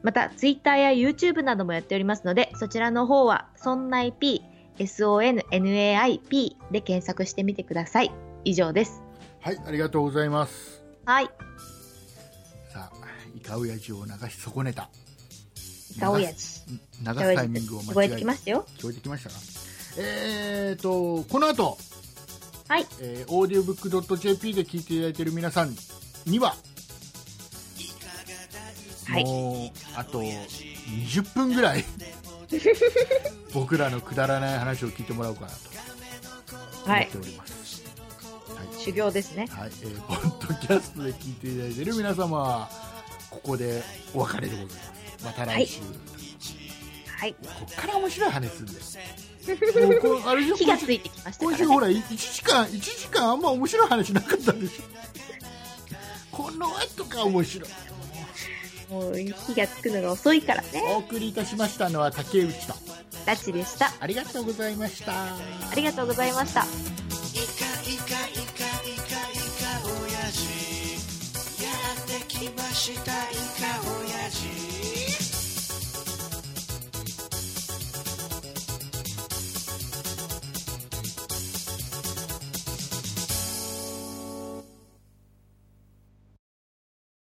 また、Twitter や YouTube などもやっておりますので、そちらの方は、そんない p、sonnaip で検索してみてください。以上です。はい、ありがとうございます。はい。さあ、イカオヤジを流し損ねた。イカオヤジ。流すタイミングを聞間こ違ええてきてましたよ。聞こえてきましたかえーとこの後はいえー、オーディオブックドット JP で聞いていただいている皆さんには、はいもうあと20分ぐら い僕らのくだらない話を聞いてもらおうかなとは思っいて。おります、はい修行ですね。はいえー、ポッドキャストで聞いていただいている皆様はここでお別れでございますまた来週、はい。こっから面白い話する んだよもうこうあれでしょ火がついてきましたか今ら週ね。ほら1時間1時間あんま面白い話なかったでしょこの後が面白いもう火がつくのが遅いからね。お送りいたしましたのは竹内とラチでした。ありがとうございましたありがとうございました。イカイカイカイカイカオヤジやってきましたイ